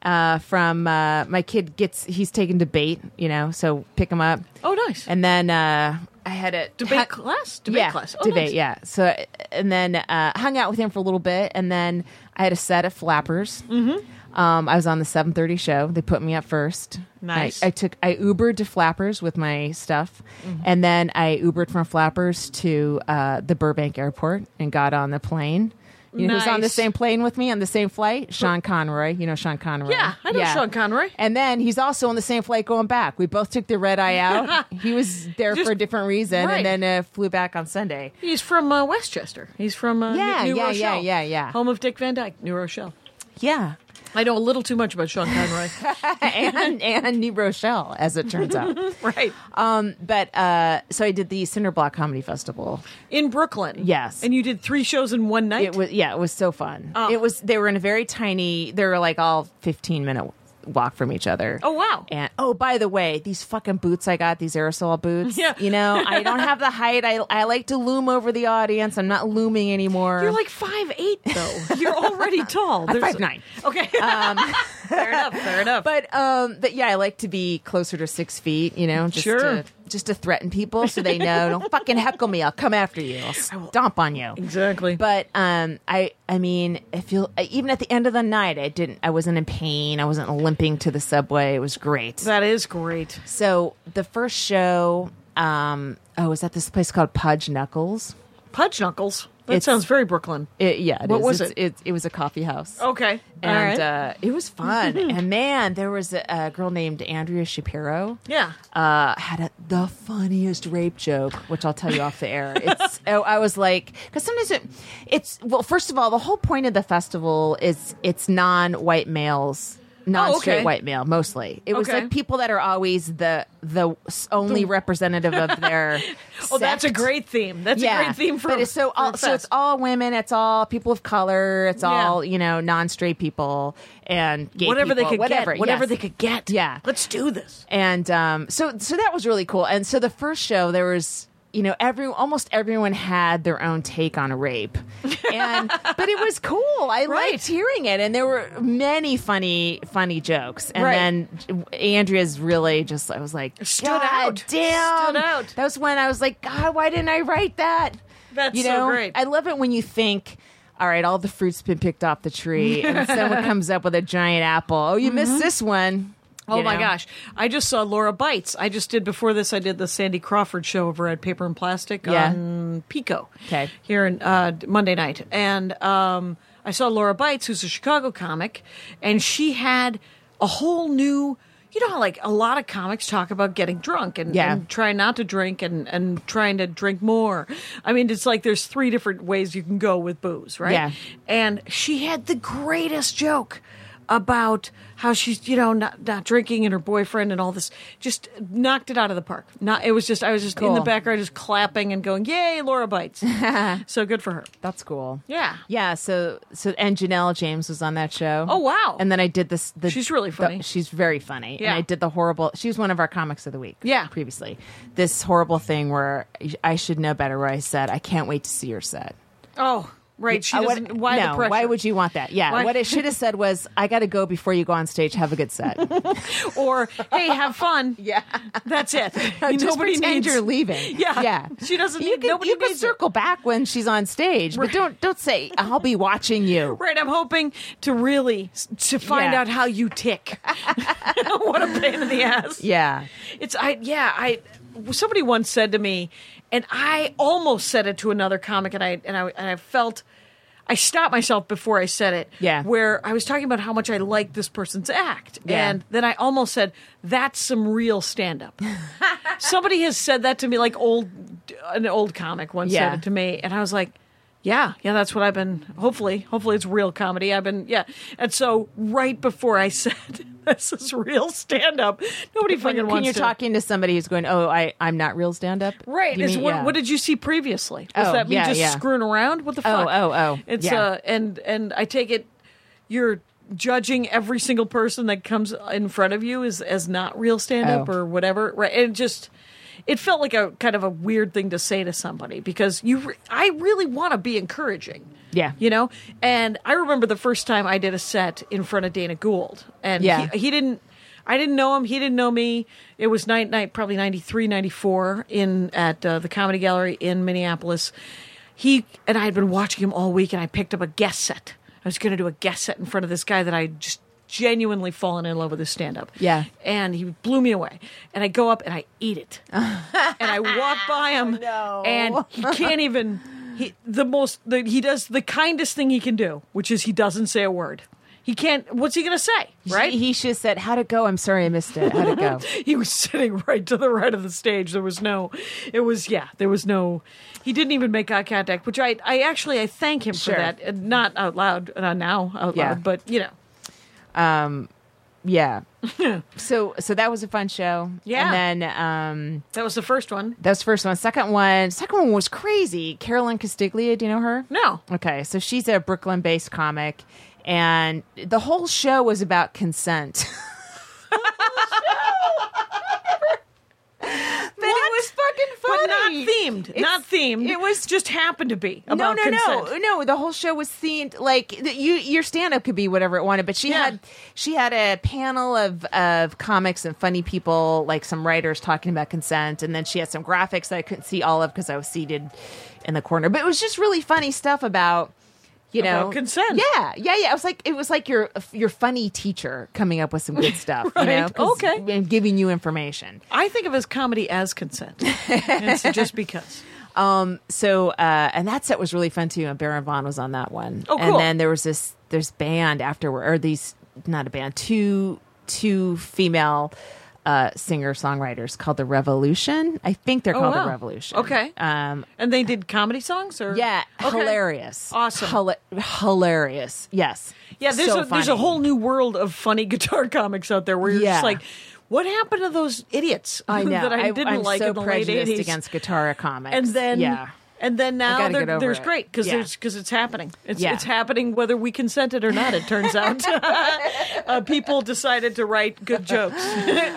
Speaker 3: Uh, from uh, my kid gets he's taken debate. You know, so pick him up.
Speaker 4: oh, nice.
Speaker 3: And then uh, I had a
Speaker 4: debate
Speaker 3: ha-
Speaker 4: class. Debate
Speaker 3: yeah,
Speaker 4: class. Oh,
Speaker 3: debate.
Speaker 4: nice.
Speaker 3: Yeah. So uh, and then uh, hung out with him for a little bit, and then I had a set at Flappers. Mm-hmm. Um, I was on the seven thirty show. They put me up first.
Speaker 4: Nice.
Speaker 3: I, I took I Ubered to Flappers with my stuff,
Speaker 4: Mm-hmm.
Speaker 3: and then I Ubered from Flappers to uh, the Burbank Airport and got on the plane. You know, who's on the
Speaker 4: Nice.
Speaker 3: same plane with me on the same flight? Sean Conroy. You know Sean Conroy.
Speaker 4: Yeah, I know Sean Conroy.
Speaker 3: And then he's also on the same flight going back. We both took the red eye out.
Speaker 4: [LAUGHS]
Speaker 3: he was there
Speaker 4: Just-
Speaker 3: for a different reason,
Speaker 4: right.
Speaker 3: and then uh, flew back on Sunday.
Speaker 4: He's from uh, Westchester. He's from uh,
Speaker 3: Yeah,
Speaker 4: New, New
Speaker 3: yeah,
Speaker 4: Rochelle.
Speaker 3: yeah, yeah, yeah.
Speaker 4: Home of Dick Van Dyke, New Rochelle.
Speaker 3: Yeah,
Speaker 4: I know a little too much about Sean Conroy.
Speaker 3: [LAUGHS] and and New Rochelle, as it turns
Speaker 4: [LAUGHS]
Speaker 3: out.
Speaker 4: right.
Speaker 3: Um, but uh, so I did the Cinder Block Comedy Festival.
Speaker 4: In Brooklyn.
Speaker 3: Yes.
Speaker 4: And you did three shows in one night?
Speaker 3: It was yeah, it was so fun.
Speaker 4: Oh.
Speaker 3: It was they were in a very tiny. They were like all fifteen minute walk from each other.
Speaker 4: Oh, wow.
Speaker 3: And oh, by the way, these fucking boots I got, these aerosol boots.
Speaker 4: [LAUGHS] Yeah.
Speaker 3: You know, I don't have the height. I I like to loom over the audience. I'm not looming anymore.
Speaker 4: You're like five eight though.
Speaker 3: [LAUGHS]
Speaker 4: You're already tall.
Speaker 3: uh, I'm
Speaker 4: There's-
Speaker 3: 5'9".
Speaker 4: Okay. [LAUGHS] fair enough. Fair enough.
Speaker 3: But um, but yeah, I like to be closer to six feet. You know, just
Speaker 4: Sure.
Speaker 3: to, just to threaten people so they know don't fucking heckle me. I'll come after you. I'll stomp on you.
Speaker 4: exactly.
Speaker 3: But um, I I mean, I feel even at the end of the night, I didn't. I wasn't in pain. I wasn't limping to the subway. It was great.
Speaker 4: that is great.
Speaker 3: So the first show, um, oh, was at this place called Pudge Knuckles.
Speaker 4: Pudge knuckles. That
Speaker 3: It's-
Speaker 4: sounds very Brooklyn.
Speaker 3: It, yeah, it
Speaker 4: What
Speaker 3: is.
Speaker 4: was
Speaker 3: It's-
Speaker 4: it?
Speaker 3: It, was a coffee house.
Speaker 4: Okay.
Speaker 3: And
Speaker 4: All right.
Speaker 3: uh, it was
Speaker 4: [LAUGHS]
Speaker 3: fun. and man, there was a, a girl named Andrea Shapiro.
Speaker 4: yeah.
Speaker 3: uh, had a, the funniest rape joke, which I'll tell you off the air.
Speaker 4: [LAUGHS]
Speaker 3: It's oh, I was like, because sometimes it, it's well, first of all, the whole point of the festival is it's non-white males. Non-straight
Speaker 4: Oh, okay.
Speaker 3: white male, mostly. It was
Speaker 4: Okay.
Speaker 3: like people that are always the the s- only representative of
Speaker 4: [LAUGHS]
Speaker 3: their.
Speaker 4: Oh, that's a
Speaker 3: sect.
Speaker 4: great theme. That's a great theme for.
Speaker 3: But it's so
Speaker 4: for a
Speaker 3: all, so it's
Speaker 4: fest.
Speaker 3: all women. It's all people of color. It's
Speaker 4: Yeah.
Speaker 3: all you know non-straight people and gay
Speaker 4: whatever they
Speaker 3: people,
Speaker 4: could
Speaker 3: whatever,
Speaker 4: get. Whatever
Speaker 3: yes.
Speaker 4: they could get.
Speaker 3: Yeah.
Speaker 4: Let's do this.
Speaker 3: And um, so so that was really cool. And so the first show there was you know, every almost everyone had their own take on
Speaker 4: [LAUGHS]
Speaker 3: rape, and but it was cool. I
Speaker 4: Right.
Speaker 3: liked hearing it, and there were many funny, funny jokes. And
Speaker 4: Right.
Speaker 3: then Andrea's really just, I was like,
Speaker 4: Stood
Speaker 3: God
Speaker 4: out.
Speaker 3: damn,
Speaker 4: Stood out.
Speaker 3: That was when I was like, God, why didn't I write that?
Speaker 4: That's
Speaker 3: you
Speaker 4: so
Speaker 3: know,
Speaker 4: great.
Speaker 3: I love it when you think. All right, all the fruit's been picked off the tree,
Speaker 4: [LAUGHS]
Speaker 3: and someone comes up with a giant apple. Oh, you missed this one.
Speaker 4: Mm-hmm. Oh
Speaker 3: You
Speaker 4: my
Speaker 3: know?
Speaker 4: gosh. I just saw Laura Bites. I just did before this I did the Sandy Crawford show over at Paper and Plastic
Speaker 3: Yeah.
Speaker 4: on Pico.
Speaker 3: Okay.
Speaker 4: Here in uh, Monday night. And um, I saw Laura Bites, who's a Chicago comic, and she had a whole new you know how like a lot of comics talk about getting drunk and,
Speaker 3: Yeah.
Speaker 4: and trying not to drink and, and trying to drink more. I mean, it's like there's three different ways you can go with booze, right?
Speaker 3: Yeah.
Speaker 4: And she had the greatest joke about how she's, you know, not not drinking and her boyfriend and all this. Just knocked it out of the park. Not it was just I was just in the
Speaker 3: Cool.
Speaker 4: background just clapping and going, Yay, Laura
Speaker 3: [LAUGHS]
Speaker 4: bites. so good for her.
Speaker 3: That's cool.
Speaker 4: Yeah.
Speaker 3: Yeah, so so and Janelle James was on that show.
Speaker 4: Oh, wow.
Speaker 3: And then I did this the
Speaker 4: She's really
Speaker 3: the-
Speaker 4: funny.
Speaker 3: she's very funny.
Speaker 4: Yeah.
Speaker 3: And I did the horrible she was one of our comics of the week.
Speaker 4: Yeah.
Speaker 3: Previously. This horrible thing where I should know better where I said, I can't wait to see your set.
Speaker 4: Oh, right. She
Speaker 3: I would-
Speaker 4: doesn't why
Speaker 3: no,
Speaker 4: the pressure?
Speaker 3: Why would you want that? Yeah.
Speaker 4: Why-
Speaker 3: What I should have said was, I gotta go before you go on stage, have a good set.
Speaker 4: or hey, have
Speaker 3: [LAUGHS]
Speaker 4: fun. [LAUGHS] yeah. That's it.
Speaker 3: Just
Speaker 4: nobody
Speaker 3: pretend
Speaker 4: needs
Speaker 3: you're leaving.
Speaker 4: [LAUGHS] Yeah.
Speaker 3: yeah.
Speaker 4: She doesn't
Speaker 3: You
Speaker 4: need-
Speaker 3: can,
Speaker 4: nobody
Speaker 3: you can
Speaker 4: needs it.
Speaker 3: circle back when she's on stage, but don't don't say I'll be watching you.
Speaker 4: [LAUGHS] Right, I'm hoping to really s- to find
Speaker 3: Yeah.
Speaker 4: out how you
Speaker 3: [LAUGHS]
Speaker 4: tick. [LAUGHS] what a pain in the ass.
Speaker 3: Yeah.
Speaker 4: It's I yeah I somebody once said to me, and I almost said it to another comic, and I and I and I felt. I stopped myself before I said it.
Speaker 3: Yeah.
Speaker 4: Where I was talking about how much I liked this person's act.
Speaker 3: Yeah.
Speaker 4: And then I almost said, that's some real stand
Speaker 3: [LAUGHS]
Speaker 4: up. Somebody has said that to me, like old, an old comic once
Speaker 3: Yeah.
Speaker 4: said it to me. And I was like, yeah, yeah, that's what I've been, hopefully, hopefully it's real comedy. I've been, yeah. And so right before I said, [LAUGHS] this is real stand up, nobody fucking
Speaker 3: when,
Speaker 4: wants
Speaker 3: you're
Speaker 4: to.
Speaker 3: talking to somebody who's going, "Oh, I I'm not real stand up."
Speaker 4: Right. It's what, what did you see previously? Was
Speaker 3: Oh,
Speaker 4: that me
Speaker 3: yeah,
Speaker 4: just
Speaker 3: yeah.
Speaker 4: screwing around? What the
Speaker 3: Oh,
Speaker 4: fuck?
Speaker 3: oh, oh,
Speaker 4: It's
Speaker 3: yeah.
Speaker 4: uh and and I take it you're judging every single person that comes in front of you as as not real stand up
Speaker 3: Oh.
Speaker 4: or whatever. Right. And it just it felt like a kind of a weird thing to say to somebody because you re- I really want to be encouraging.
Speaker 3: Yeah.
Speaker 4: You know? And I remember the first time I did a set in front of Dana Gould and
Speaker 3: Yeah.
Speaker 4: he, he didn't I didn't know him. He didn't know me. It was night, night, probably 93, 94 in at uh, the Comedy Gallery in Minneapolis. He and I had been watching him all week, and I picked up a guest set. I was going to do a guest set in front of this guy that I had just genuinely fallen in love with his stand up.
Speaker 3: Yeah.
Speaker 4: And he blew me away. And I go up and I eat
Speaker 3: [LAUGHS]
Speaker 4: it. and I walk by
Speaker 3: Oh,
Speaker 4: him, and he can't even. He the most the, he does the kindest thing he can do, which is he doesn't say a word. He can't. What's he going to say? Right?
Speaker 3: He, he should have said, "How'd it go?" I'm sorry, I missed it. How'd it
Speaker 4: [LAUGHS]
Speaker 3: go?
Speaker 4: he was sitting right to the right of the stage. There was no, it was yeah, there was no. He didn't even make eye contact, which I I actually I thank him
Speaker 3: Sure.
Speaker 4: for that. and Not out loud, not now out
Speaker 3: Yeah.
Speaker 4: loud, but you know,
Speaker 3: yeah. so so that was a fun show.
Speaker 4: Yeah.
Speaker 3: And then um,
Speaker 4: that was the first one.
Speaker 3: that was the first one. Second one, second one was crazy. Carolyn Castiglia, do you know her?
Speaker 4: No,
Speaker 3: Okay, so she's a Brooklyn-based comic, and the whole show was about consent. [LAUGHS] But it was fucking
Speaker 4: but not
Speaker 3: funny.
Speaker 4: themed.
Speaker 3: It's-
Speaker 4: not themed.
Speaker 3: It was
Speaker 4: just happened to be about
Speaker 3: no, no,
Speaker 4: consent.
Speaker 3: no, no. The whole show was themed like th- you. Your stand up could be whatever it wanted, but she
Speaker 4: Yeah.
Speaker 3: had she had a panel of of comics and funny people, like some writers talking about consent, and then she had some graphics that I couldn't see all of because I was seated in the corner. But it was just really funny stuff about. You know,
Speaker 4: About consent.
Speaker 3: Yeah, yeah, yeah. It was like it was like your your funny teacher coming up with some
Speaker 4: [LAUGHS]
Speaker 3: good stuff. You know,
Speaker 4: Right,
Speaker 3: 'cause-
Speaker 4: okay.
Speaker 3: and giving you information.
Speaker 4: I think of his comedy
Speaker 3: [LAUGHS]
Speaker 4: as consent. it's just because.
Speaker 3: so uh, and that set was really fun too. And Baron Vaughn was on that one.
Speaker 4: Oh, cool.
Speaker 3: And then there was this there's band afterward or these not a band two two female uh, singer songwriters called the Revolution. I think they're called
Speaker 4: Oh, wow.
Speaker 3: the Revolution.
Speaker 4: Okay.
Speaker 3: Um,
Speaker 4: And they did comedy songs, or
Speaker 3: yeah,
Speaker 4: Okay.
Speaker 3: hilarious,
Speaker 4: Awesome.
Speaker 3: Hila- hilarious. Yes.
Speaker 4: Yeah, there's
Speaker 3: So
Speaker 4: a there's a
Speaker 3: funny.
Speaker 4: whole new world of funny [LAUGHS] guitar comics out there where you're
Speaker 3: Yeah.
Speaker 4: just like, what happened to those idiots [LAUGHS]
Speaker 3: I know.
Speaker 4: that I didn't
Speaker 3: am
Speaker 4: like
Speaker 3: so
Speaker 4: in the late
Speaker 3: prejudiced
Speaker 4: '80s?
Speaker 3: against guitar comics.
Speaker 4: and then [LAUGHS]
Speaker 3: yeah.
Speaker 4: And then now
Speaker 3: gotta
Speaker 4: there-
Speaker 3: get over
Speaker 4: there's
Speaker 3: it.
Speaker 4: great because
Speaker 3: Yeah.
Speaker 4: there's because it's happening. It's
Speaker 3: Yeah.
Speaker 4: it's happening whether we consent it or not.
Speaker 3: [LAUGHS]
Speaker 4: It turns out [LAUGHS] uh, people [LAUGHS] decided to write good jokes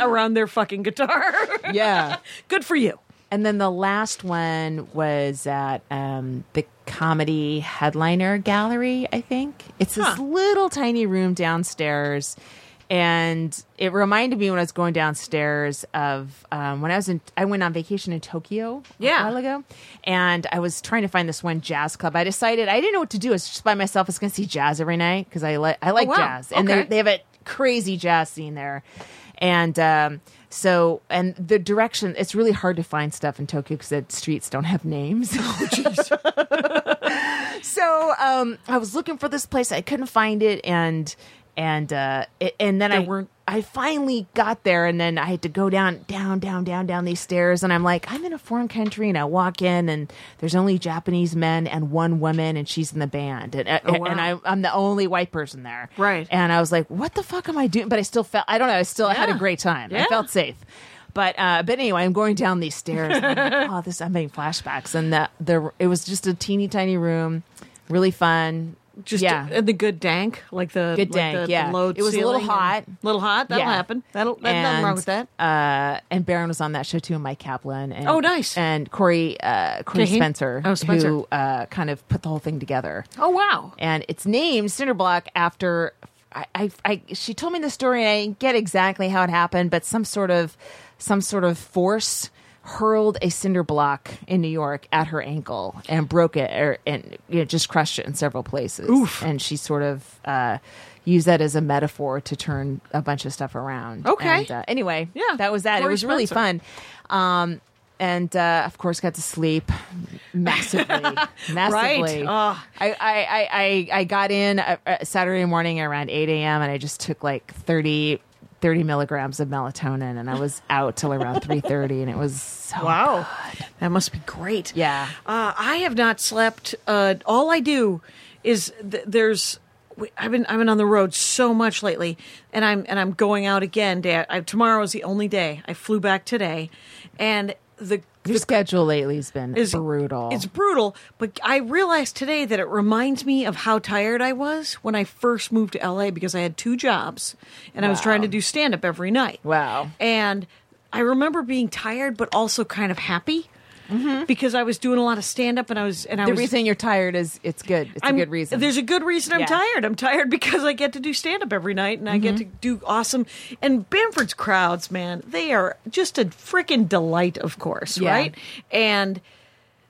Speaker 4: around their fucking guitar. [LAUGHS]
Speaker 3: Yeah.
Speaker 4: good for you.
Speaker 3: And then the last one was at um, the Comedy Headliner Gallery, I think. It's this
Speaker 4: Huh.
Speaker 3: little tiny room downstairs. And it reminded me when I was going downstairs of um, when I was in, I went on vacation in Tokyo
Speaker 4: Yeah.
Speaker 3: a while ago. And I was trying to find this one jazz club. I decided I didn't know what to do. I was just by myself. I was going to see jazz every night because I, like I like
Speaker 4: oh, wow.
Speaker 3: jazz. And
Speaker 4: Okay.
Speaker 3: they, they have a crazy jazz scene there. And um, so, and the direction, it's really hard to find stuff in Tokyo because the streets don't have
Speaker 4: [LAUGHS]
Speaker 3: names.
Speaker 4: Oh,
Speaker 3: [LAUGHS] so um, I was looking for this place. I couldn't find it. And, and, uh, it, and then I
Speaker 4: weren't-
Speaker 3: I finally got there and then I had to go down, down, down, down, down these stairs. And I'm like, I'm in a foreign country. And I walk in and there's only Japanese men and one woman and she's in the band. And, uh,
Speaker 4: Oh, wow.
Speaker 3: and I, I'm the only white person there.
Speaker 4: Right.
Speaker 3: And I was like, what the fuck am I doing? But I still felt, I don't know, I still had a
Speaker 4: Yeah.
Speaker 3: great time. I
Speaker 4: Yeah.
Speaker 3: felt safe. But uh, but anyway, I'm going down these stairs. And I'm like, oh, this I'm having flashbacks, and the the it was just a teeny tiny room, really fun.
Speaker 4: Just uh,
Speaker 3: yeah,
Speaker 4: and the good dank, like the
Speaker 3: Good
Speaker 4: like
Speaker 3: dank,
Speaker 4: the
Speaker 3: yeah.
Speaker 4: Low
Speaker 3: It was a little
Speaker 4: ceiling and-
Speaker 3: hot.
Speaker 4: little hot. That'll
Speaker 3: Yeah.
Speaker 4: happen. That'll that, nothing wrong
Speaker 3: And,
Speaker 4: with that.
Speaker 3: Uh, and Baron was on that show too, and Mike Kaplan. And,
Speaker 4: Oh, nice.
Speaker 3: And Corey uh, Corey
Speaker 4: Cahan?
Speaker 3: Spencer,
Speaker 4: Oh, Spencer.
Speaker 3: who uh, kind of put the whole thing together.
Speaker 4: Oh wow.
Speaker 3: and it's named Cinderblock after. I, I, I, she told me the story, and I didn't get exactly how it happened, but some sort of, some sort of force hurled a cinder block in New York at her ankle and broke it, or, and you know, just crushed it in several places. And she sort of uh, used that as a metaphor to turn a bunch of stuff around.
Speaker 4: Okay.
Speaker 3: And, uh, anyway,
Speaker 4: Yeah.
Speaker 3: that was that.
Speaker 4: Corey
Speaker 3: it was really
Speaker 4: Spencer.
Speaker 3: fun. Um, and uh, of course, got to sleep [LAUGHS]
Speaker 4: [LAUGHS]
Speaker 3: massively, massively.
Speaker 4: Ah.
Speaker 3: I, I, I, I, I got in uh, uh, Saturday morning around 8 a.m. and I just took like 30, 30 milligrams of melatonin and I was out till around 3.30 and it was so...
Speaker 4: Wow. That must be great.
Speaker 3: Yeah.
Speaker 4: Uh, I have not slept. Uh, all I do is th- there's. we- I've been I've been on the road so much lately, and I'm and I'm going out again. Day I, tomorrow is the only day. I flew back today, and the
Speaker 3: Your schedule lately has been brutal.
Speaker 4: it's brutal, but I realized today that it reminds me of how tired I was when I first moved to LA because I had two jobs and I was trying to do stand up every night.
Speaker 3: Wow.
Speaker 4: And I remember being tired but also kind of happy because I was doing a lot of stand up and I was and I
Speaker 3: Mm-hmm. the
Speaker 4: was
Speaker 3: reason you're tired is it's good. It's a good reason.
Speaker 4: There's a good reason I'm
Speaker 3: Yeah. Mm-hmm.
Speaker 4: tired. I'm tired because I get to do stand up every night and I get to do awesome. And Bamford's crowds, man, they are just a freaking delight, of course,
Speaker 3: Yeah.
Speaker 4: right? And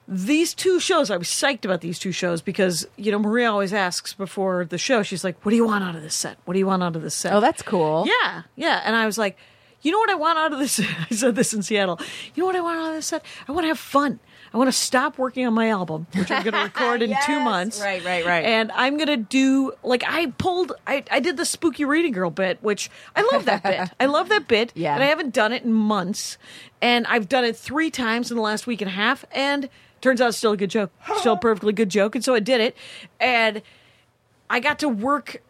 Speaker 4: these two shows, I was psyched about these two shows because, you know, Maria always asks before the show, she's like, what do you want out of this set? What do you want out of this set?
Speaker 3: Oh, that's cool.
Speaker 4: Yeah, yeah. And I was like, you know what I want out of this? [LAUGHS] I said this in Seattle. You know what I want out of this set? I want to have fun. I want to stop working on my album, which I'm
Speaker 3: [LAUGHS]
Speaker 4: going to record in two
Speaker 3: Yes.
Speaker 4: months.
Speaker 3: Right, right, right.
Speaker 4: And I'm going to do, like, I pulled, I, I did the spooky reading girl bit, which I love that
Speaker 3: [LAUGHS]
Speaker 4: bit. I love that bit.
Speaker 3: Yeah.
Speaker 4: And I haven't done it in months. And I've done it three times in the last week and a half. And turns out it's still a good joke,
Speaker 3: [LAUGHS]
Speaker 4: still a perfectly good joke. And so I did it. And I got to work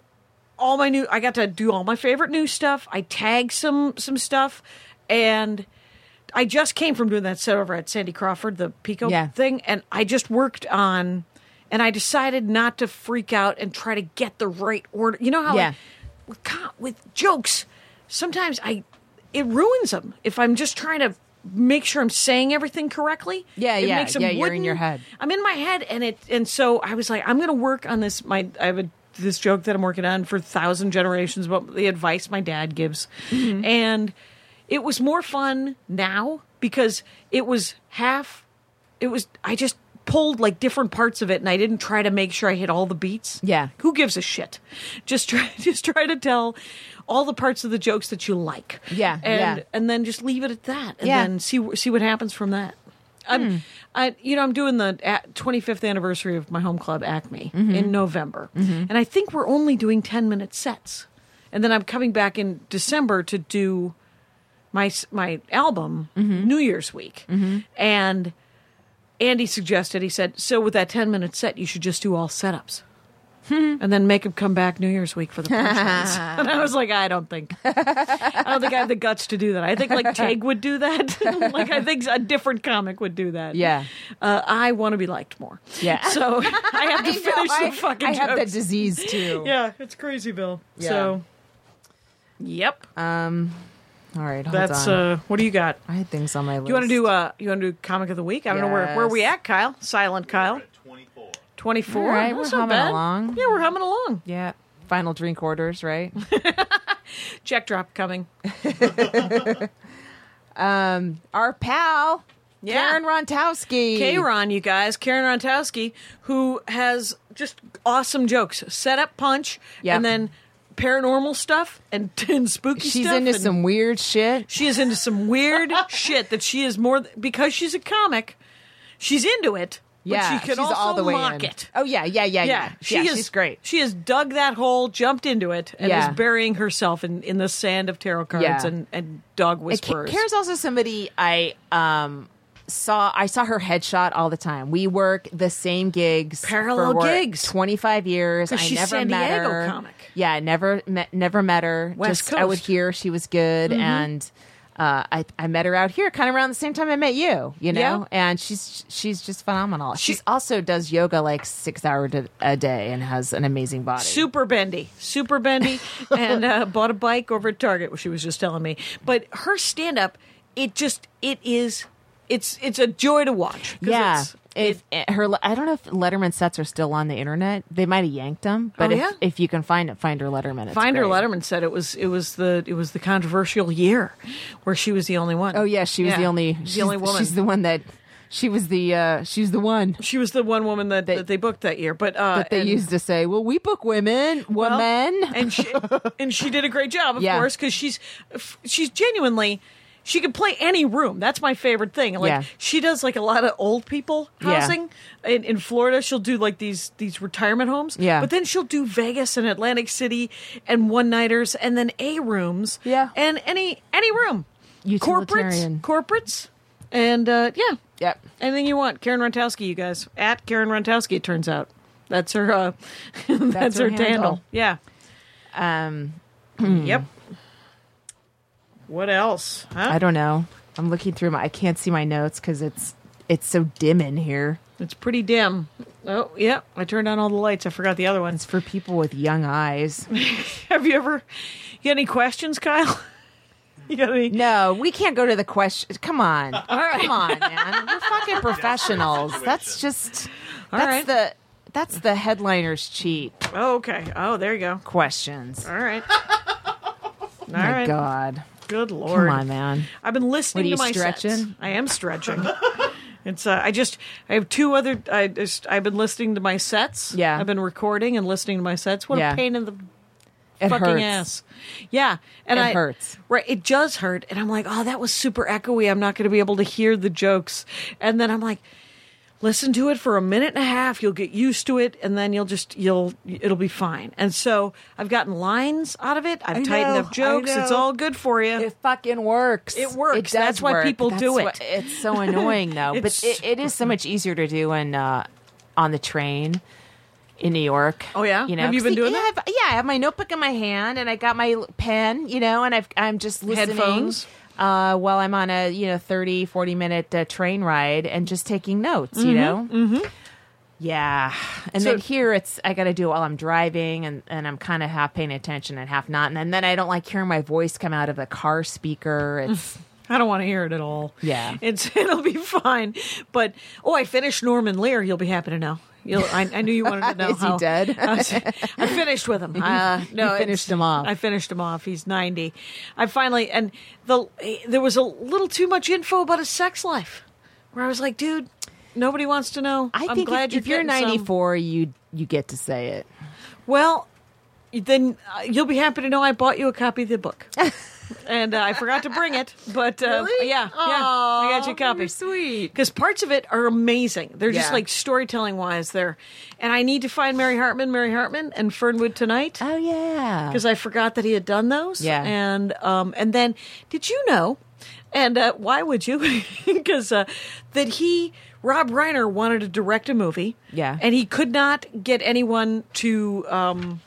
Speaker 4: all my new I got to do all my favorite new stuff. I tagged some some stuff and I just came from doing that set over at Sandy Crawford, the Pico
Speaker 3: Yeah.
Speaker 4: thing, and I just worked on and I decided not to freak out and try to get the right order. You know how like,
Speaker 3: Yeah.
Speaker 4: with co- with jokes, sometimes I it ruins them if I'm just trying to make sure I'm saying everything correctly.
Speaker 3: Yeah,
Speaker 4: it
Speaker 3: yeah,
Speaker 4: makes 'em
Speaker 3: yeah, you're in your head.
Speaker 4: I'm in my head, and it and so I was like, I'm gonna work on this. My I have a, this joke that I'm working on for thousand generations about the advice my dad gives,
Speaker 3: Mm-hmm.
Speaker 4: and it was more fun now because it was half. It was I just pulled like different parts of it, and I didn't try to make sure I hit all the beats.
Speaker 3: Yeah.
Speaker 4: who gives a shit? Just try, [LAUGHS] just try to tell all the parts of the jokes that you like.
Speaker 3: Yeah,
Speaker 4: and
Speaker 3: yeah.
Speaker 4: and then just leave it at that, and
Speaker 3: Yeah.
Speaker 4: then see wh- see what happens from that. I'm, I, you know, I'm doing the a- 25th anniversary of my home club Acme in November, and I think we're only doing 10 minute sets, and then I'm coming back in December to do my s- my album New Year's week, and Andy suggested he said, so with that 10 minute set, you should just do all setups. [LAUGHS] And then make him come back New Year's week for
Speaker 3: [LAUGHS]
Speaker 4: the punchlines. and I was like, I don't think, I don't think I have the guts to do that. I think like Tag would do that. [LAUGHS] like I think a different comic would do that.
Speaker 3: Yeah.
Speaker 4: uh, I want to be liked more.
Speaker 3: Yeah.
Speaker 4: [LAUGHS]
Speaker 3: [LAUGHS]
Speaker 4: so I have to
Speaker 3: I know,
Speaker 4: finish
Speaker 3: I,
Speaker 4: the fucking.
Speaker 3: I have that
Speaker 4: jokes.
Speaker 3: disease too.
Speaker 4: Yeah, it's crazy, Bill.
Speaker 3: Yeah.
Speaker 4: So, yep.
Speaker 3: Um, All right, hold
Speaker 4: That's
Speaker 3: on.
Speaker 4: uh, what do you got?
Speaker 3: I had things on my list.
Speaker 4: You want to do uh, you want to do comic of the week? I don't know where where are we
Speaker 3: Yes.
Speaker 4: at, Kyle. Silent Kyle. Twenty four.
Speaker 3: All right,
Speaker 4: That's
Speaker 3: we're
Speaker 4: not
Speaker 3: humming
Speaker 4: bad.
Speaker 3: along.
Speaker 4: Yeah, we're humming along.
Speaker 3: Yeah. Final drink orders, right? [LAUGHS]
Speaker 4: Check drop coming.
Speaker 3: Our pal,
Speaker 4: Yeah.
Speaker 3: Karen Rontowski.
Speaker 4: Kron, you guys, Karen Rontowski, who has just awesome jokes, set up punch,
Speaker 3: Yeah.
Speaker 4: and then paranormal stuff and, [LAUGHS] and spooky
Speaker 3: She's
Speaker 4: stuff.
Speaker 3: into
Speaker 4: and
Speaker 3: some weird shit.
Speaker 4: She is into
Speaker 3: [LAUGHS]
Speaker 4: some weird shit that she is more because she's a comic. She's into it.
Speaker 3: Yeah,
Speaker 4: but she can
Speaker 3: she's
Speaker 4: also
Speaker 3: all the way
Speaker 4: mock
Speaker 3: in.
Speaker 4: it.
Speaker 3: Oh yeah, yeah, yeah, yeah.
Speaker 4: Yeah, she is,
Speaker 3: she's great.
Speaker 4: She has dug that hole, jumped into it, and
Speaker 3: Yeah.
Speaker 4: is burying herself in, in the sand of tarot cards
Speaker 3: Yeah.
Speaker 4: and, and dog
Speaker 3: Uh, Ka-
Speaker 4: whisperers.
Speaker 3: Karen's also somebody I um saw I saw her headshot all the time. We work the same gigs
Speaker 4: Parallel
Speaker 3: for what,
Speaker 4: gigs.
Speaker 3: 25 years.
Speaker 4: 'Cause
Speaker 3: I
Speaker 4: she's
Speaker 3: never
Speaker 4: San
Speaker 3: met
Speaker 4: Diego
Speaker 3: her.
Speaker 4: comic.
Speaker 3: Yeah, I never met never met her.
Speaker 4: West
Speaker 3: Just I would
Speaker 4: Coast. Mm-hmm.
Speaker 3: hear she was good and uh, I, I met her out here kind of around the same time I met you, you know,
Speaker 4: Yeah.
Speaker 3: and she's she's just phenomenal. She's also does yoga like six hours a- a day and has an amazing body.
Speaker 4: super bendy,
Speaker 3: [LAUGHS]
Speaker 4: super bendy, and uh, bought a bike over at Target. She was just telling me, but her stand up, it just it is, it's it's a joy to watch. 'cause
Speaker 3: Yeah.
Speaker 4: it's-
Speaker 3: If eh, her, I don't know if Letterman sets are still on the internet. They might have yanked them, but
Speaker 4: Oh,
Speaker 3: if,
Speaker 4: yeah?
Speaker 3: if you can find it, find her Letterman. It's
Speaker 4: Finder
Speaker 3: great.
Speaker 4: Letterman said it was it was the it was the controversial year where she was the only one.
Speaker 3: Oh yeah, she was the only she's-
Speaker 4: the only woman.
Speaker 3: She's the one that she was the uh, she's the one
Speaker 4: she was the one woman that, that they booked that year, but uh,
Speaker 3: that they
Speaker 4: and-
Speaker 3: used to say, "Well, we book women,
Speaker 4: well, eh,
Speaker 3: women."
Speaker 4: and
Speaker 3: [LAUGHS]
Speaker 4: she and she did a great job, of
Speaker 3: Yeah.
Speaker 4: course, because she's f- she's genuinely she could play any room. That's my favorite thing. Like
Speaker 3: Yeah.
Speaker 4: she does like a lot of old people
Speaker 3: Yeah.
Speaker 4: housing in, in Florida. She'll do like these these retirement homes,
Speaker 3: Yeah.
Speaker 4: But then she'll do Vegas and Atlantic City and one nighters and then A rooms,
Speaker 3: Yeah.
Speaker 4: and any any room, corporates,
Speaker 3: Utilitarian.
Speaker 4: corporates, and uh, yeah,
Speaker 3: Yep.
Speaker 4: Anything you want, Karen Rontowski, you guys. At Karen Rontowski, it turns out. That's her uh [LAUGHS] that's, her,
Speaker 3: her
Speaker 4: handle.
Speaker 3: handle.
Speaker 4: Yeah.
Speaker 3: Um,
Speaker 4: Yep. What else? Huh?
Speaker 3: I don't know. I'm looking through my. I can't see my notes because it's it's so dim in here.
Speaker 4: It's pretty dim. Oh, yeah. I turned on all the lights. I forgot the other ones. [LAUGHS]
Speaker 3: It's for people with young eyes.
Speaker 4: Have you ever you got any questions, Kyle? [LAUGHS] you got any
Speaker 3: No, we can't go to the question. Come on.
Speaker 4: right.
Speaker 3: Come on, man. We're fucking professionals. That's just
Speaker 4: All
Speaker 3: that's
Speaker 4: right.
Speaker 3: the that's the headliners cheat
Speaker 4: Oh, okay. Oh, there you go.
Speaker 3: questions. [LAUGHS]
Speaker 4: All right. All
Speaker 3: My
Speaker 4: right.
Speaker 3: God.
Speaker 4: Good lord.
Speaker 3: Come on, man.
Speaker 4: I've been listening
Speaker 3: What, are
Speaker 4: to my
Speaker 3: you
Speaker 4: sets.
Speaker 3: stretching?
Speaker 4: I am stretching. [LAUGHS] it's uh, I just I have two other I just I've been listening to my sets.
Speaker 3: Yeah.
Speaker 4: I've been recording and listening to my sets. What
Speaker 3: Yeah.
Speaker 4: a pain in the
Speaker 3: It
Speaker 4: fucking
Speaker 3: hurts.
Speaker 4: ass. Yeah, and
Speaker 3: It
Speaker 4: I,
Speaker 3: hurts.
Speaker 4: Right, it does hurt, and I'm like, oh, that was super echoey. I'm not going to be able to hear the jokes, and then I'm like. Listen to it for a minute and a half. You'll get used to it, and then you'll just you'll it'll be fine. And so I've gotten lines out of it. I've
Speaker 3: I
Speaker 4: tightened
Speaker 3: know,
Speaker 4: up jokes.
Speaker 3: I
Speaker 4: It's
Speaker 3: know.
Speaker 4: all good for you.
Speaker 3: It fucking works.
Speaker 4: It
Speaker 3: does
Speaker 4: works. That's why
Speaker 3: work.
Speaker 4: people
Speaker 3: That's
Speaker 4: do
Speaker 3: what-
Speaker 4: it.
Speaker 3: it's so annoying
Speaker 4: [LAUGHS]
Speaker 3: though,
Speaker 4: It's
Speaker 3: but it, it is so much easier to do when uh, on the train in New York.
Speaker 4: Oh, yeah?
Speaker 3: you know.
Speaker 4: Have you been
Speaker 3: 'cause, like,
Speaker 4: doing
Speaker 3: yeah, I've- yeah, I have my notebook in my hand and I got my l- pen, you know, and I've I'm just listening.
Speaker 4: Headphones?
Speaker 3: Uh, while I'm on a you know 30, 40 minute uh, train ride and just taking notes, you know. Mm-hmm. Yeah, and
Speaker 4: So-
Speaker 3: then here it's I got to do it while I'm driving, and, and I'm kind of half paying attention and half not, and, then I don't like hearing my voice come out of the car speaker. It's
Speaker 4: I don't want to hear it at all.
Speaker 3: Yeah.
Speaker 4: it's [LAUGHS] it'll be fine. But oh, I finished Norman Lear. You'll be happy to know. You'll, I, I knew you wanted
Speaker 3: [LAUGHS]
Speaker 4: to know.
Speaker 3: Is he
Speaker 4: how-
Speaker 3: dead?
Speaker 4: [LAUGHS] I, was- I finished with him. Uh,
Speaker 3: [LAUGHS] You
Speaker 4: no, it's-
Speaker 3: finished him off.
Speaker 4: I finished him off. He's ninety. I finally and the there was a little too much info about his sex life, where I was like, dude, nobody wants to know.
Speaker 3: I
Speaker 4: am
Speaker 3: think
Speaker 4: glad
Speaker 3: if, if you're
Speaker 4: getting some.
Speaker 3: 94, you you get to say it.
Speaker 4: Well, then uh, you'll be happy to know I bought you a copy of
Speaker 3: [LAUGHS]
Speaker 4: the book. and uh, I forgot to bring it, but uh,
Speaker 3: Really?
Speaker 4: yeah, yeah, I got you a
Speaker 3: Aw,
Speaker 4: copy.
Speaker 3: you're sweet.
Speaker 4: Because parts of it are amazing. They're just
Speaker 3: Yeah.
Speaker 4: like storytelling wise. There, and I need to find Mary Hartman, Mary Hartman, and Fernwood tonight
Speaker 3: Oh yeah,
Speaker 4: because I forgot that he had done those.
Speaker 3: Yeah.
Speaker 4: And um, and then did you know? And uh, why would you? [LAUGHS] Because uh, that he Rob Reiner wanted to direct a movie.
Speaker 3: Yeah.
Speaker 4: And he could not get anyone to um,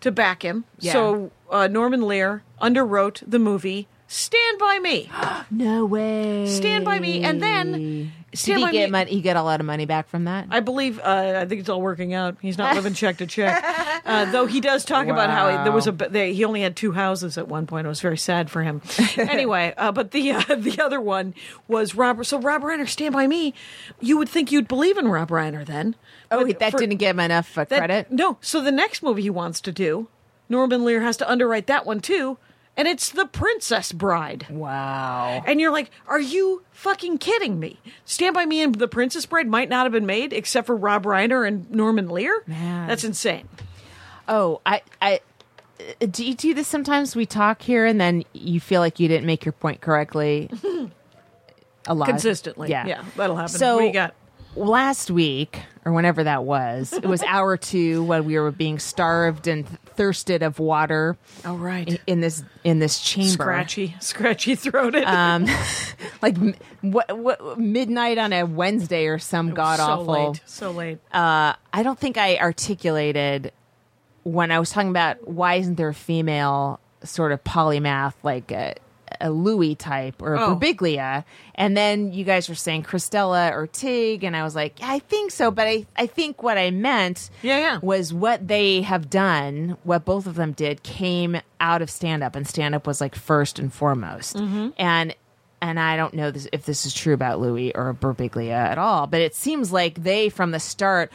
Speaker 4: to back him.
Speaker 3: Yeah.
Speaker 4: So uh, Norman Lear underwrote the movie Stand by Me.
Speaker 3: no way.
Speaker 4: Stand by Me, and then
Speaker 3: Did
Speaker 4: Stand
Speaker 3: he
Speaker 4: By
Speaker 3: get
Speaker 4: Me-
Speaker 3: money? He get a lot of money back from that.
Speaker 4: I believe uh, I think it's all working out. He's not living check
Speaker 3: [LAUGHS]
Speaker 4: to check, uh, though he does talk about how he, there was a they, he only had two houses at one point. It was very sad for
Speaker 3: [LAUGHS]
Speaker 4: him. anyway, uh, but the uh, [LAUGHS] the other one was Rob. So Rob Reiner, Stand by Me. You would think you'd believe in Rob Reiner then.
Speaker 3: oh,
Speaker 4: But
Speaker 3: that
Speaker 4: for-
Speaker 3: didn't give him enough uh,
Speaker 4: that-
Speaker 3: credit.
Speaker 4: No. So the next movie he wants to do, Norman Lear has to underwrite that one too, and it's The Princess Bride.
Speaker 3: Wow.
Speaker 4: And you're like, are you fucking kidding me? Stand By Me and The Princess Bride might not have been made except for Rob Reiner and Norman Lear?
Speaker 3: Man.
Speaker 4: That's insane.
Speaker 3: Oh, I, I, uh, do you do this sometimes? We talk here, and then you feel like you didn't make your point
Speaker 4: [LAUGHS]
Speaker 3: correctly. a lot
Speaker 4: Consistently.
Speaker 3: yeah,
Speaker 4: Yeah, that'll happen.
Speaker 3: So
Speaker 4: What do you got?
Speaker 3: Last week, or whenever that was, it
Speaker 4: [LAUGHS]
Speaker 3: was hour two when we were being starved and thirsted of water
Speaker 4: All right.
Speaker 3: in, in this in this chamber.
Speaker 4: Scratchy, [LAUGHS] scratchy throated.
Speaker 3: Um, like m- what, what midnight on a Wednesday or some god awful.
Speaker 4: So late. So late.
Speaker 3: Uh, I don't think I articulated when I was talking about why isn't there a female sort of polymath like a, a Louis type or a
Speaker 4: Oh.
Speaker 3: Berbiglia, and then you guys were saying Christella or Tig, and I was like, yeah, I think so, but I I think what I meant
Speaker 4: Yeah, yeah.
Speaker 3: was what they have done, what both of them did, came out of stand up, and stand up was like first and foremost.
Speaker 4: Mm-hmm.
Speaker 3: And and I don't know this, if this is true about Louis or Berbiglia at all, but it seems like they from the start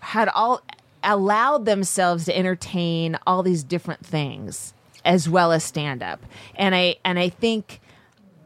Speaker 3: had all allowed themselves to entertain all these different things as well as stand up. And I and I think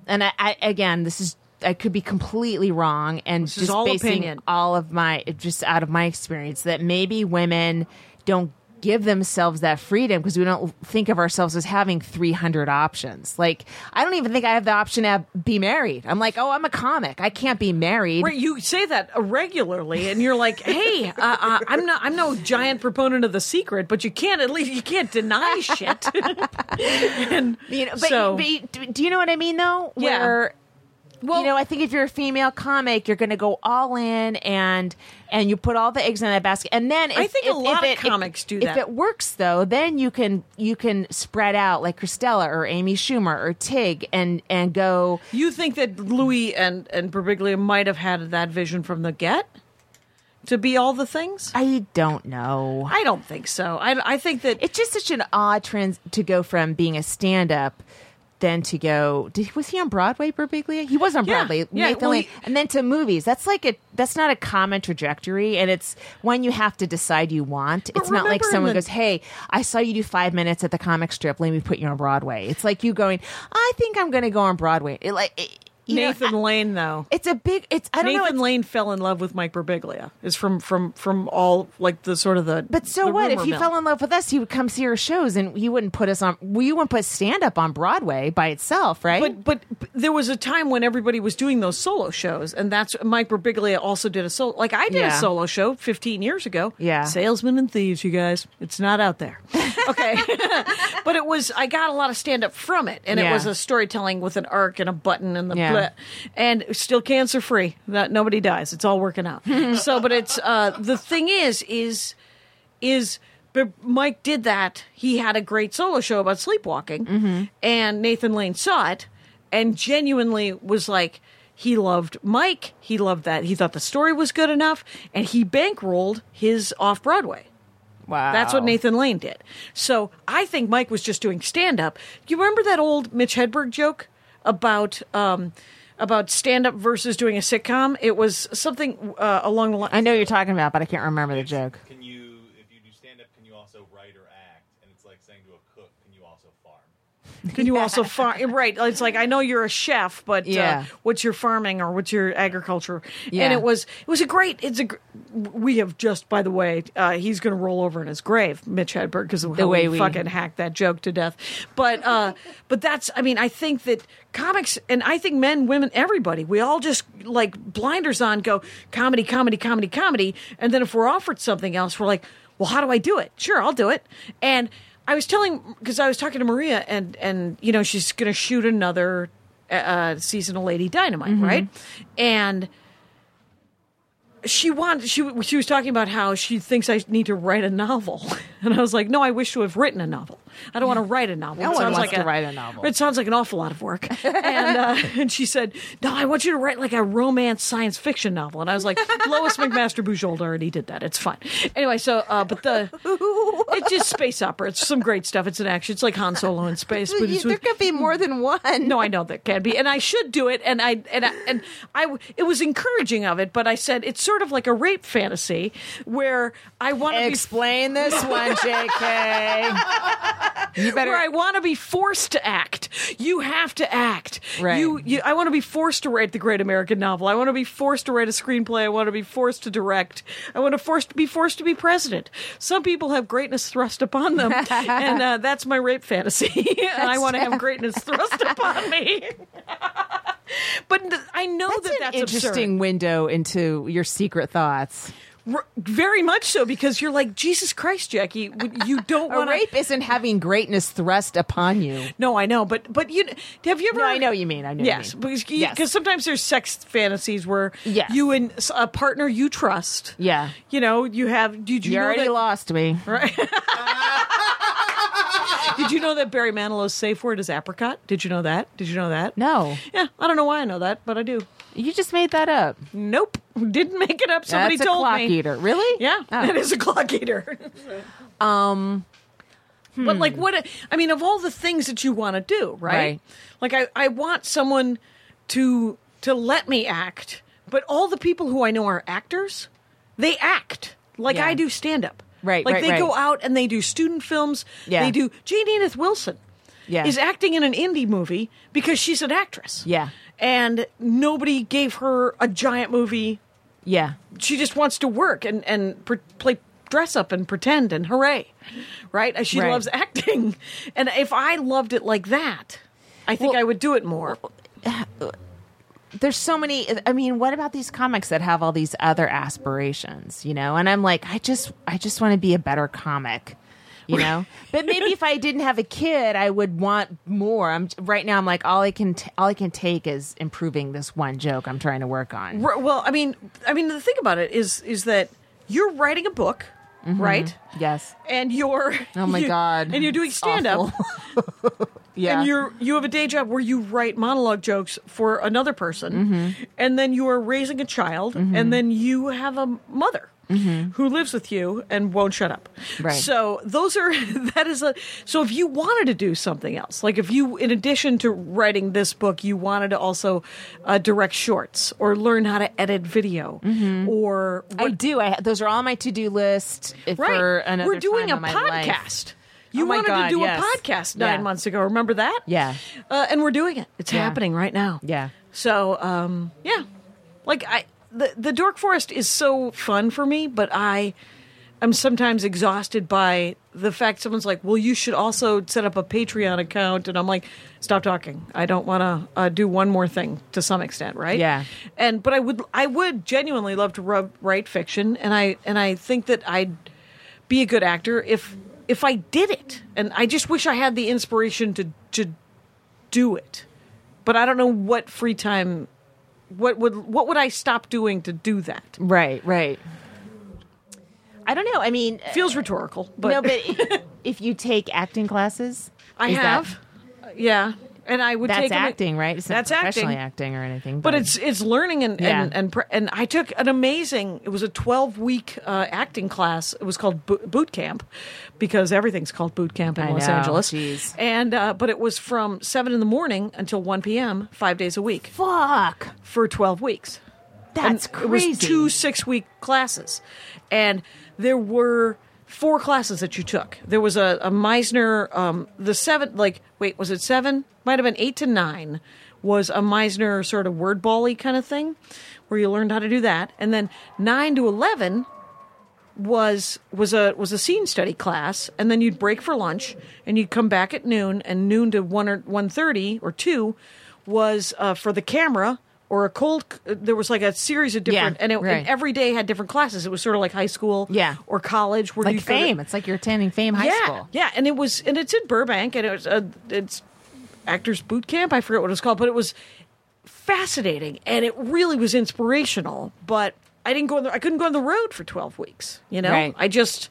Speaker 3: and I, I again this is I could be completely wrong and
Speaker 4: is
Speaker 3: just
Speaker 4: all
Speaker 3: basing
Speaker 4: opinion.
Speaker 3: all of my just out of my experience that maybe women don't give themselves that freedom because we don't think of ourselves as having 300 options. Like I don't even think I have the option to have- be married. I'm like, "Oh, I'm a comic. I can't be married."
Speaker 4: Where you say that regularly, and you're like, "Hey, [LAUGHS] uh, uh, I'm not, I'm no giant proponent of the secret, but you can't at least you can't deny shit." [LAUGHS] and
Speaker 3: [LAUGHS] You know, but,
Speaker 4: so,
Speaker 3: but you- do- do you know what I mean though?
Speaker 4: Yeah.
Speaker 3: Where
Speaker 4: well,
Speaker 3: you know, I think if you're a female comic, you're going to go all in and and you put all the eggs in that basket. And then if,
Speaker 4: I think a
Speaker 3: if- if
Speaker 4: lot of
Speaker 3: it- if-
Speaker 4: comics do
Speaker 3: If
Speaker 4: that.
Speaker 3: it works though, then you can you can spread out like Christella or Amy Schumer or Tig and and go.
Speaker 4: You think that Louis and and Berbiglia might have had that vision from the get to be all the things?
Speaker 3: I don't know.
Speaker 4: I don't think so. I, I think that
Speaker 3: It's just such an odd trans to go from being a stand up. Then to go, did, was he on Broadway, Berbiglia? He was on
Speaker 4: Yeah,
Speaker 3: Broadway,
Speaker 4: yeah,
Speaker 3: Nathan
Speaker 4: well,
Speaker 3: Lane.
Speaker 4: he-
Speaker 3: and then to movies. That's like a that's not a common trajectory, and it's one you have to decide you want. it's not like
Speaker 4: remember in
Speaker 3: someone
Speaker 4: the-
Speaker 3: goes, "Hey, I saw you do five minutes at the comic strip. Let me put you on Broadway." It's like you going, "I think I'm going to go on Broadway." It, like it- you know,
Speaker 4: Nathan
Speaker 3: I-
Speaker 4: Lane, though.
Speaker 3: it's a big. It's I don't know.
Speaker 4: Nathan
Speaker 3: it's-
Speaker 4: Lane fell in love with Mike Birbiglia. Is from from from all like the sort of the.
Speaker 3: But so
Speaker 4: the
Speaker 3: what? If
Speaker 4: rumor
Speaker 3: he
Speaker 4: mill.
Speaker 3: fell in love with us, he would come see our shows, and he wouldn't put us on. Well, you wouldn't put stand up on Broadway by itself, right?
Speaker 4: But, but but there was a time when everybody was doing those solo shows, and that's Mike Birbiglia also did a solo. Like I did
Speaker 3: Yeah.
Speaker 4: a solo show 15 years ago.
Speaker 3: Yeah.
Speaker 4: salesmen and thieves, you guys. It's not
Speaker 3: [LAUGHS]
Speaker 4: out there. Okay, [LAUGHS] but it was. I got a lot of stand up from it, and
Speaker 3: Yeah.
Speaker 4: it was a storytelling with an arc and a button and the
Speaker 3: Yeah.
Speaker 4: bleh. and still cancer free. That nobody dies. It's all working out. so, but it's uh, the thing is is is but Mike did that. He had a great solo show about sleepwalking, and Nathan Lane saw it and genuinely was like, he loved Mike. He loved that. He thought the story was good enough, and he bankrolled his off Broadway.
Speaker 3: wow,
Speaker 4: That's what Nathan Lane did. So I think Mike was just doing stand up. You remember that old Mitch Hedberg joke about um, about stand up versus doing a sitcom? It was something uh, along the line.
Speaker 3: I know what you're talking about, but I can't remember the joke.
Speaker 5: Can you, if you do stand up, can you also write or act? And it's like saying to a cook, can you also farm?
Speaker 4: Can you also farm? Right. It's like I know you're a chef, but
Speaker 3: Yeah.
Speaker 4: uh, what's your farming or what's your agriculture?
Speaker 3: Yeah.
Speaker 4: And it was it was a great. It's a. gr- We have just by the way, uh, he's going to roll over in his grave, Mitch Hedberg, because of how
Speaker 3: way
Speaker 4: we,
Speaker 3: we-
Speaker 4: fucking hacked that joke to death. But uh, [LAUGHS] but that's. I mean, I think that comics and I think men, women, everybody, we all just like blinders on, go comedy, comedy, comedy, comedy, and then if we're offered something else, we're like, well, how do I do it? Sure, I'll do it, and. I was telling because I was talking to Maria and and you know she's going to shoot another uh, season of Lady Dynamite, right? And she wanted she w- she was talking about how she thinks I need to write a novel, [LAUGHS] and I was like, no, I wish to have written a novel. I don't want to write a novel.
Speaker 3: No
Speaker 4: It
Speaker 3: one
Speaker 4: sounds
Speaker 3: wants to write a novel.
Speaker 4: It sounds like an awful lot of work. [LAUGHS] And uh, and she said, no, I want you to write like a romance science fiction novel. And I
Speaker 3: [LAUGHS]
Speaker 4: was like, Lois McMaster Bujold already did that. It's fine. Anyway, so uh,
Speaker 3: [LAUGHS]
Speaker 4: but the it's just space opera. It's some great stuff. It's an action. It's like Han Solo in space, but
Speaker 3: You-
Speaker 4: it's
Speaker 3: there
Speaker 4: with
Speaker 3: could be more than one.
Speaker 4: [LAUGHS] no, I know that can be, and I should do it, and I and I, and I it was encouraging of it, but I said it's sort of like a rape fantasy where I want to
Speaker 3: [LAUGHS]
Speaker 4: be
Speaker 3: Explain this [LAUGHS] one, JK. you better.
Speaker 4: where I want to be forced to act. You have to act.
Speaker 3: Right.
Speaker 4: You, you I want to be forced to write the great American novel. I want to be forced to write a screenplay. I want to be forced to direct. I want to forced be forced to be president. Some people have greatness thrust
Speaker 3: [LAUGHS]
Speaker 4: upon them, and uh, that's my rape fantasy. [LAUGHS] and I want
Speaker 3: [LAUGHS]
Speaker 4: to have greatness thrust upon me. [LAUGHS] But th- I know
Speaker 3: that's
Speaker 4: that
Speaker 3: an
Speaker 4: that's absurd.
Speaker 3: interesting window into your secret thoughts.
Speaker 4: R- very much so because you're like Jesus Christ, Jackie. w- You
Speaker 3: [LAUGHS]
Speaker 4: don't
Speaker 3: A
Speaker 4: want
Speaker 3: rape isn't having greatness thrust upon you.
Speaker 4: No, I know, but but you have you
Speaker 3: [LAUGHS]
Speaker 4: ever?
Speaker 3: No, I know what you mean. I know. what you
Speaker 4: Yes,
Speaker 3: mean.
Speaker 4: because
Speaker 3: Yes.
Speaker 4: because sometimes there's sex fantasies where
Speaker 3: Yes.
Speaker 4: you and s- a partner you trust.
Speaker 3: Yeah.
Speaker 4: you know you have. Did you
Speaker 3: you
Speaker 4: know
Speaker 3: already
Speaker 4: that,
Speaker 3: lost me.
Speaker 4: Did you know that Barry Manilow's safe word is apricot? Did you know that? Did you know that?
Speaker 3: No,
Speaker 4: Yeah, I don't know why I know that, but I do.
Speaker 3: you just made that up.
Speaker 4: Nope, [LAUGHS] didn't make it up. Somebody
Speaker 3: That's a
Speaker 4: told
Speaker 3: clock
Speaker 4: me.
Speaker 3: eater. Really?
Speaker 4: Yeah,
Speaker 3: Oh.
Speaker 4: it is a clock eater.
Speaker 3: [LAUGHS]
Speaker 4: um, but like what? I mean, of all the things that you want to do,
Speaker 3: Hmm.
Speaker 4: right?
Speaker 3: Right.
Speaker 4: Like I, I want someone to to let me act, but all the people who I know are actors. They act like
Speaker 3: Yeah.
Speaker 4: I do stand up.
Speaker 3: Right,
Speaker 4: Like
Speaker 3: right,
Speaker 4: they
Speaker 3: right.
Speaker 4: go out and they do student films.
Speaker 3: Yeah.
Speaker 4: They do Jane Edith Wilson.
Speaker 3: Yeah.
Speaker 4: Is acting in an indie movie because she's an actress.
Speaker 3: Yeah.
Speaker 4: And nobody gave her a giant movie
Speaker 3: Yeah.
Speaker 4: she just wants to work and and pre- play dress up and pretend and hooray, right? Uh, She
Speaker 3: Right.
Speaker 4: loves acting, and if I loved it like that, I think
Speaker 3: Well-
Speaker 4: I would do it more.
Speaker 3: there's so many i mean what about these comics that have all these other aspirations you know and i'm like i just i just want to be a better comic you know but maybe if i didn't have a kid i would want more i'm right now i'm like all i can t- all i can take is improving this one joke i'm trying to work on
Speaker 4: R- Well, I mean, I mean, the thing about it is is that you're writing a book, right?
Speaker 3: yes
Speaker 4: And you're
Speaker 3: Oh my
Speaker 4: [LAUGHS] you-
Speaker 3: God.
Speaker 4: And you're doing
Speaker 3: It's
Speaker 4: stand up,
Speaker 3: awful. yeah
Speaker 4: and you're you have a day job where you write monologue jokes for another person,
Speaker 3: Mm-hmm.
Speaker 4: and then you are raising a child, and then you have a mother who lives with you and won't shut up.
Speaker 3: Mm-hmm. Right.
Speaker 4: So those are [LAUGHS] that is a so if you wanted to do something else, like if you in addition to writing this book, you wanted to also uh, direct shorts or learn how to edit video
Speaker 3: Mm-hmm.
Speaker 4: or
Speaker 3: i
Speaker 4: what-
Speaker 3: do i those are all my to-do list if
Speaker 4: right,
Speaker 3: for another
Speaker 4: we're doing
Speaker 3: time
Speaker 4: a
Speaker 3: in my life.
Speaker 4: podcast. You
Speaker 3: Oh my
Speaker 4: wanted
Speaker 3: God,
Speaker 4: to do
Speaker 3: yes.
Speaker 4: a podcast nine
Speaker 3: Yeah.
Speaker 4: months ago. Remember that?
Speaker 3: Yeah.
Speaker 4: Uh, and we're doing it. It's
Speaker 3: Yeah.
Speaker 4: happening right now.
Speaker 3: yeah
Speaker 4: So, um, yeah, like I, the the Dork Forest is so fun for me, but I am sometimes exhausted by the fact someone's like, "Well, you should also set up a Patreon account," and I'm like, "Stop talking. I don't want to uh, do one more thing to some extent, right?"
Speaker 3: Yeah.
Speaker 4: And but I would I would genuinely love to rub, write fiction, and I and I think that I'd be a good actor if if I did it, and I just wish I had the inspiration to to do it but I don't know what free time what would what would I stop doing to do that?
Speaker 3: right right i don't know i mean
Speaker 4: Feels rhetorical, but,
Speaker 3: no, but
Speaker 4: [LAUGHS]
Speaker 3: i- if you take acting classes,
Speaker 4: I
Speaker 3: is that-
Speaker 4: have. yeah. And I would
Speaker 3: that's
Speaker 4: take 'em-
Speaker 3: acting, right? It's not
Speaker 4: that's
Speaker 3: professionally acting.
Speaker 4: acting.
Speaker 3: or anything,
Speaker 4: But it's it's learning and
Speaker 3: Yeah.
Speaker 4: and and, pre- and I took an amazing. It was a twelve week uh, acting class. It was called bo- boot camp because everything's called boot camp in
Speaker 3: I
Speaker 4: Los
Speaker 3: know,
Speaker 4: Angeles.
Speaker 3: jeez.
Speaker 4: And uh, but it was from seven in the morning until one p.m. five days a week
Speaker 3: fuck.
Speaker 4: for twelve weeks. And
Speaker 3: That's
Speaker 4: It
Speaker 3: crazy.
Speaker 4: was two six week classes, and there were four classes that you took. There was a, a Meisner, um, the seven, like, wait, was it seven? Might have been eight to nine, was a Meisner sort of word bally kind of thing, where you learned how to do that. And then nine to 11 was was a was a scene study class and then you'd break for lunch and you'd come back at noon and noon to 1 or 1.30 or 2 was uh, for the camera or a cold c- there was like a series of different
Speaker 3: Yeah,
Speaker 4: and, it,
Speaker 3: right.
Speaker 4: and every day had different classes it was sort of like high school
Speaker 3: Yeah.
Speaker 4: or college where
Speaker 3: like
Speaker 4: you go to-
Speaker 3: fame. It's like you're attending Fame High
Speaker 4: yeah,
Speaker 3: School.
Speaker 4: Yeah, and it was, and it's in Burbank, and it was, uh, it's actors boot camp. I forget what it was called, but it was fascinating, and it really was inspirational. But I didn't go on the, I couldn't go on the road for 12 weeks, you know?
Speaker 3: Right. Oh,
Speaker 4: I just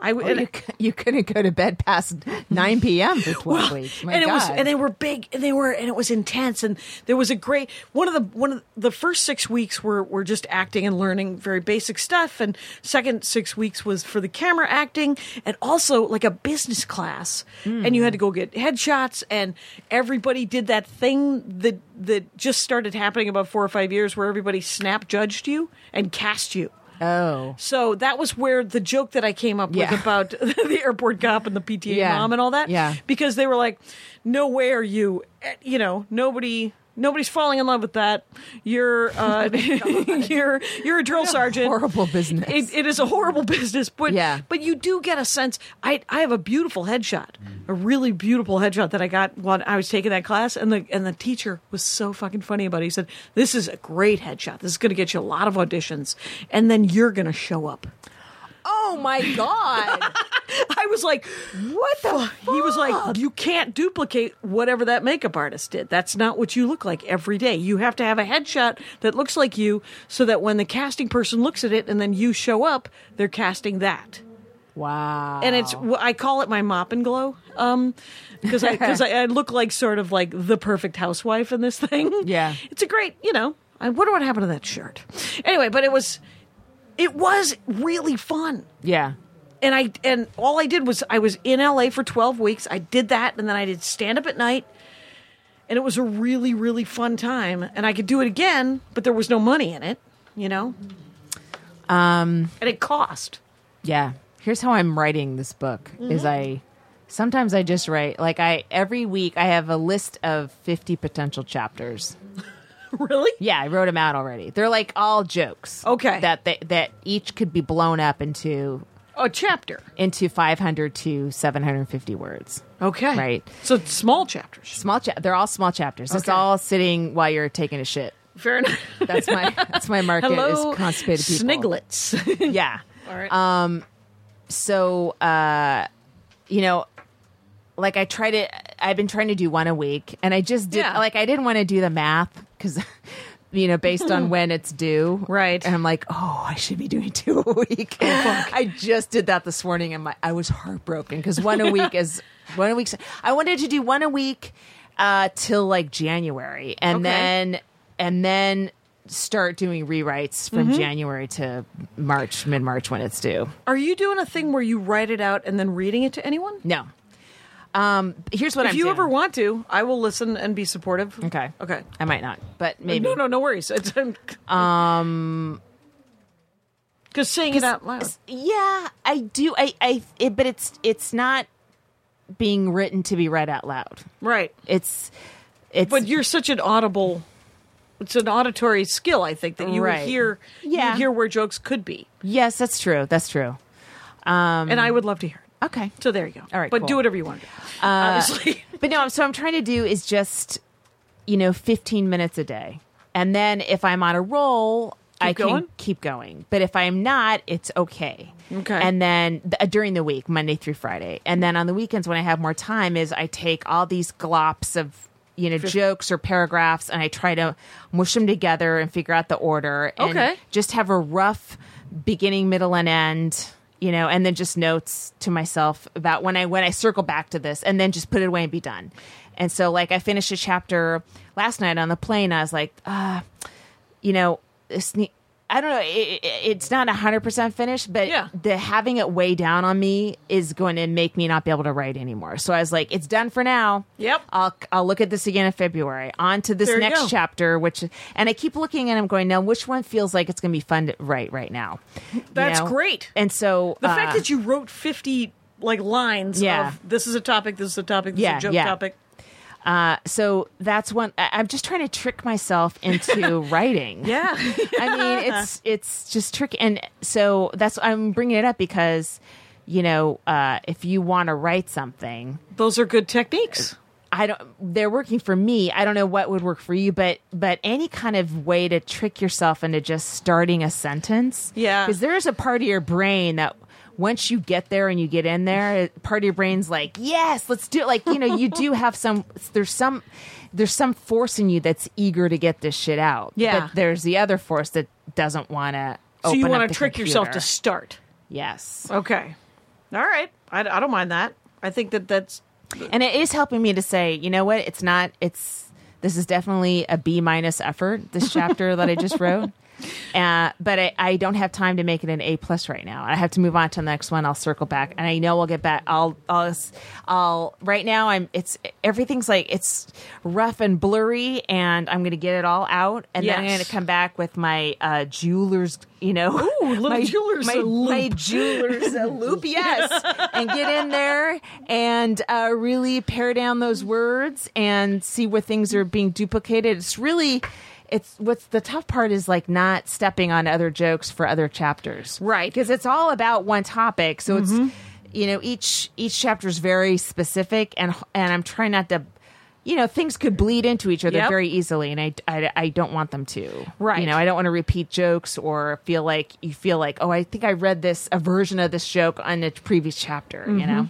Speaker 4: I w-
Speaker 3: [LAUGHS]
Speaker 4: and-
Speaker 3: you, c- you couldn't go to bed past 9 p.m. for 12 weeks. My
Speaker 4: and it
Speaker 3: God.
Speaker 4: was and they were big and they were and it was intense and there was a great one of the one of the first six weeks were were just acting and learning very basic stuff and second six weeks was for the camera acting and also like a business class and you had to go get headshots and everybody did that thing that that just started happening about four or five years where everybody snap judged you and cast you
Speaker 3: oh.
Speaker 4: so that was where the joke that I came up
Speaker 3: Yeah.
Speaker 4: with about [LAUGHS] the airport cop and the PTA
Speaker 3: Yeah.
Speaker 4: mom and all that.
Speaker 3: Yeah.
Speaker 4: Because they were like, no way are you, eh, you know, nobody. Nobody's falling in love with that.
Speaker 3: [LAUGHS]
Speaker 4: You're uh, [LAUGHS] you're you're a drill sergeant.
Speaker 3: horrible business.
Speaker 4: It, it is a horrible [LAUGHS] business, but
Speaker 3: Yeah.
Speaker 4: but you do get a sense. I I have a beautiful headshot, a really beautiful headshot that I got when I was taking that class, and the and the teacher was so fucking funny about it. He said, "This is a great headshot. This is going to get you a lot of auditions, and then you're going to show up." [LAUGHS]
Speaker 3: Oh my God.
Speaker 4: I was like, "What the?" He was like, "You can't duplicate whatever that makeup artist did. That's not what you look like every day. You have to have a headshot that looks like you, so that when the casting person looks at it and then you show up, they're casting that."
Speaker 3: [LAUGHS] wow.
Speaker 4: and it's wh- I call it my mop and glow um because I because I, I look like sort of like the perfect housewife in this thing.
Speaker 3: Yeah.
Speaker 4: it's a great you know. I wonder what happened to that shirt. Anyway, but it was it was really fun.
Speaker 3: Yeah.
Speaker 4: And I and all I did was I was in LA for 12 weeks. I did that and then I did stand up at night. And it was a really really fun time and I could do it again, but there was no money in it, you know. Um and it cost. [LAUGHS]
Speaker 3: Yeah. Here's how I'm writing this book is I sometimes I just write like I every week I have a list of 50 potential chapters.
Speaker 4: really?
Speaker 3: Yeah, I wrote them out already. They're like all jokes.
Speaker 4: Okay.
Speaker 3: That they, that each could be blown up into
Speaker 4: A chapter.
Speaker 3: into 500 to 750 words.
Speaker 4: Okay.
Speaker 3: Right.
Speaker 4: So it's small chapters.
Speaker 3: Small cha- they're all small chapters. It's
Speaker 4: Okay.
Speaker 3: all sitting while you're taking a shit.
Speaker 4: Fair
Speaker 3: [LAUGHS]
Speaker 4: enough.
Speaker 3: That's my that's my market
Speaker 4: Hello,
Speaker 3: is constipated people. [LAUGHS]
Speaker 4: sniglets. [LAUGHS]
Speaker 3: Yeah. Um,
Speaker 4: All right.
Speaker 3: so uh you know like i try to i've been trying to do one a week and i just did
Speaker 4: Yeah.
Speaker 3: like i didn't want to do the math because [LAUGHS] you know based
Speaker 4: [LAUGHS]
Speaker 3: on when it's due
Speaker 4: Right. Oh,
Speaker 3: and i'm like oh i should be doing two a week [LAUGHS] i just did that this morning and my, i was heartbroken because one
Speaker 4: [LAUGHS]
Speaker 3: a week is one a week i wanted to do one a week uh till like january and
Speaker 4: Okay.
Speaker 3: then and then start doing rewrites
Speaker 4: Mm-hmm.
Speaker 3: from january to march mid-march when it's due
Speaker 4: Are you doing a thing where you write it out and then reading it to anyone?
Speaker 3: no. Um, here's what
Speaker 4: If
Speaker 3: I'm
Speaker 4: you
Speaker 3: doing.
Speaker 4: ever want to, I will listen and be supportive.
Speaker 3: Okay.
Speaker 4: Okay.
Speaker 3: I might not, but maybe. Um,
Speaker 4: No, no, no worries. It's, um, because saying it out loud.
Speaker 3: Yeah, I do. I, I, it, but it's, it's not being written to be read out loud.
Speaker 4: Right.
Speaker 3: It's, it's.
Speaker 4: But you're such an audible. It's an auditory skill, I think, that you would
Speaker 3: Right.
Speaker 4: hear.
Speaker 3: Yeah.
Speaker 4: You hear where jokes could be,
Speaker 3: yes, that's true. That's true.
Speaker 4: and I would love to hear it.
Speaker 3: Okay.
Speaker 4: So there you go.
Speaker 3: Mm-hmm. All right,
Speaker 4: But
Speaker 3: cool. Uh,
Speaker 4: do whatever you want. to do. Obviously.
Speaker 3: But no, so I'm trying to do is just, you know, 15 minutes a day, and then if I'm on a roll, I
Speaker 4: going?
Speaker 3: can keep going. But if I'm not, it's okay.
Speaker 4: Okay.
Speaker 3: And then th- uh, during the week, Monday through Friday, and then on the weekends when I have more time, is I take all these glops of you know jokes or paragraphs, and I try to mush them together and figure out the order. And
Speaker 4: Okay.
Speaker 3: Just have a rough beginning, middle, and end. You know, and then just notes to myself about when I when I circle back to this, and then just put it away and be done. And so, like, I finished a chapter last night on the plane. I was like, ah, you know, this ne- I don't know. It, it, it's not hundred percent finished, but
Speaker 4: Yeah.
Speaker 3: the having it weigh down on me is going to make me not be able to write anymore. So I was like, it's done for now.
Speaker 4: Yep.
Speaker 3: I'll I'll look at this again in February. On to this
Speaker 4: There you
Speaker 3: next
Speaker 4: go.
Speaker 3: chapter, which and I keep looking and I'm going now. Which one feels like it's going to be fun to write right now? You
Speaker 4: [LAUGHS] That's great.
Speaker 3: And so uh,
Speaker 4: The fact that you wrote 50 like lines
Speaker 3: Yeah.
Speaker 4: of this is a topic, this is a topic, this is
Speaker 3: Yeah,
Speaker 4: a joke
Speaker 3: yeah.
Speaker 4: topic.
Speaker 3: so that's one. I, I'm just trying to trick myself
Speaker 4: [LAUGHS]
Speaker 3: into writing.
Speaker 4: Yeah.
Speaker 3: I mean, it's it's just tricky, and so that's I'm bringing it up because you know uh, if you want to write something,
Speaker 4: [LAUGHS] Those are good techniques.
Speaker 3: I don't. They're working for me. I don't know what would work for you, but but any kind of way to trick yourself into just starting a sentence,
Speaker 4: Yeah.
Speaker 3: because there is a part of your brain that once you get there and you get in there, it- part of your brain's like, yes, let's do it. Like, you know, you
Speaker 4: [LAUGHS]
Speaker 3: do have some, there's some, there's some force in you that's eager to get this shit out.
Speaker 4: Yeah.
Speaker 3: But there's the other force that doesn't want to.
Speaker 4: So you
Speaker 3: want
Speaker 4: want to trick yourself to start.
Speaker 3: Yes.
Speaker 4: Okay. All right. I, I don't mind that. I think that that's
Speaker 3: And it is helping me to say, you know what? It's not, it's, this is definitely a B minus effort,
Speaker 4: [LAUGHS]
Speaker 3: this chapter that I just wrote. Uh, but I, I don't have time to make it an A plus right now. I have to move on to the next one. I'll circle back, and I know I'll get back. I'll, I'll, I'll. Right now, I'm. It's everything's like it's rough and blurry, and I'm gonna get it all out, and then I'm
Speaker 4: Yes.
Speaker 3: gonna come back with my uh, jeweler's. You know,
Speaker 4: Ooh, little
Speaker 3: my
Speaker 4: jeweler's
Speaker 3: my,
Speaker 4: a loop.
Speaker 3: my jeweler's a
Speaker 4: [LAUGHS]
Speaker 3: loop, yes, and get in there and uh, really pare down those words and see where things are being duplicated. It's really, it's what's the tough part is like not stepping on other jokes for other chapters,
Speaker 4: Right. Mm-hmm.
Speaker 3: Because it's all about one topic, so it's you know each each chapter is very specific, and and I'm trying not to. You know, things could bleed into each other
Speaker 4: Yep.
Speaker 3: very easily, and I, I, I don't want them to.
Speaker 4: Right.
Speaker 3: You know, I don't want to repeat jokes or feel like you feel like, oh, I think I read this a version of this joke on the previous chapter. You know,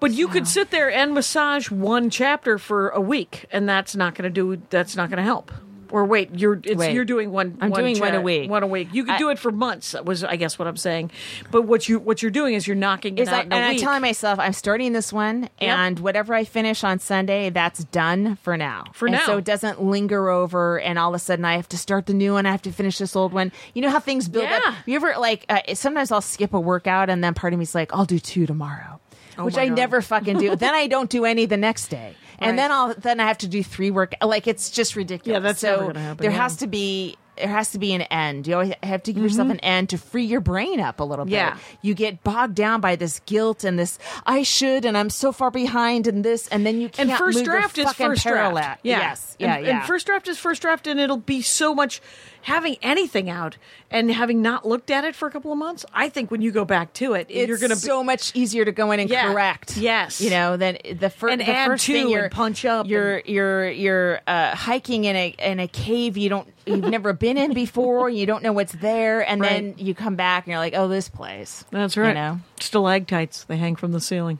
Speaker 4: But you could sit there and massage one chapter for a week, and that's not going to do. That's not going to help. Or wait, you're it's,
Speaker 3: Wait.
Speaker 4: you're doing one.
Speaker 3: I'm
Speaker 4: one
Speaker 3: doing one a week.
Speaker 4: One a week. You could
Speaker 3: I-
Speaker 4: do it for months. Was I guess what I'm saying. But what you what you're doing is you're knocking it
Speaker 3: is
Speaker 4: out.
Speaker 3: I, and
Speaker 4: in a
Speaker 3: I'm
Speaker 4: week.
Speaker 3: telling myself I'm starting this one, and whatever I finish on Sunday, that's done for now.
Speaker 4: For
Speaker 3: And
Speaker 4: now.
Speaker 3: so it doesn't linger over, and all of a sudden I have to start the new one. I have to finish this old one. You know how things build
Speaker 4: Yeah.
Speaker 3: up. You ever like uh, sometimes I'll skip a workout, and then part of me's like, I'll do two tomorrow. Which
Speaker 4: Oh my
Speaker 3: I
Speaker 4: God.
Speaker 3: never fucking
Speaker 4: [LAUGHS]
Speaker 3: do. then I don't do any the next day,
Speaker 4: Right.
Speaker 3: and then I'll then I have to do three work. Like it's just ridiculous.
Speaker 4: Yeah, that's
Speaker 3: so
Speaker 4: never gonna happen,
Speaker 3: There
Speaker 4: yeah.
Speaker 3: has to be there has to be an end. You always have to give yourself an end to free your brain up a little bit.
Speaker 4: Mm-hmm. Yeah.
Speaker 3: You get bogged down by this guilt and this I should and I'm so far behind and this and then you can't
Speaker 4: and first
Speaker 3: move your
Speaker 4: draft is
Speaker 3: fucking
Speaker 4: first
Speaker 3: parallel.
Speaker 4: draft. Yeah.
Speaker 3: Yes. Yeah,
Speaker 4: and,
Speaker 3: yeah.
Speaker 4: and first draft is first draft, and it'll be so much having anything out and having not looked at it for a couple of months. I think when you go back to it,
Speaker 3: it's
Speaker 4: you're going to
Speaker 3: so much easier to go in and
Speaker 4: Yeah.
Speaker 3: correct.
Speaker 4: Yes.
Speaker 3: you know, than the first
Speaker 4: And
Speaker 3: the
Speaker 4: add
Speaker 3: first
Speaker 4: to
Speaker 3: thing
Speaker 4: and
Speaker 3: you're
Speaker 4: punch up
Speaker 3: You're you're you're uh, hiking in a in a cave you don't you've never been in before. You don't know what's there, and then
Speaker 4: Right.
Speaker 3: you come back and you're like, oh, this place.
Speaker 4: That's right.
Speaker 3: You know,
Speaker 4: Stalactites they hang from the ceiling.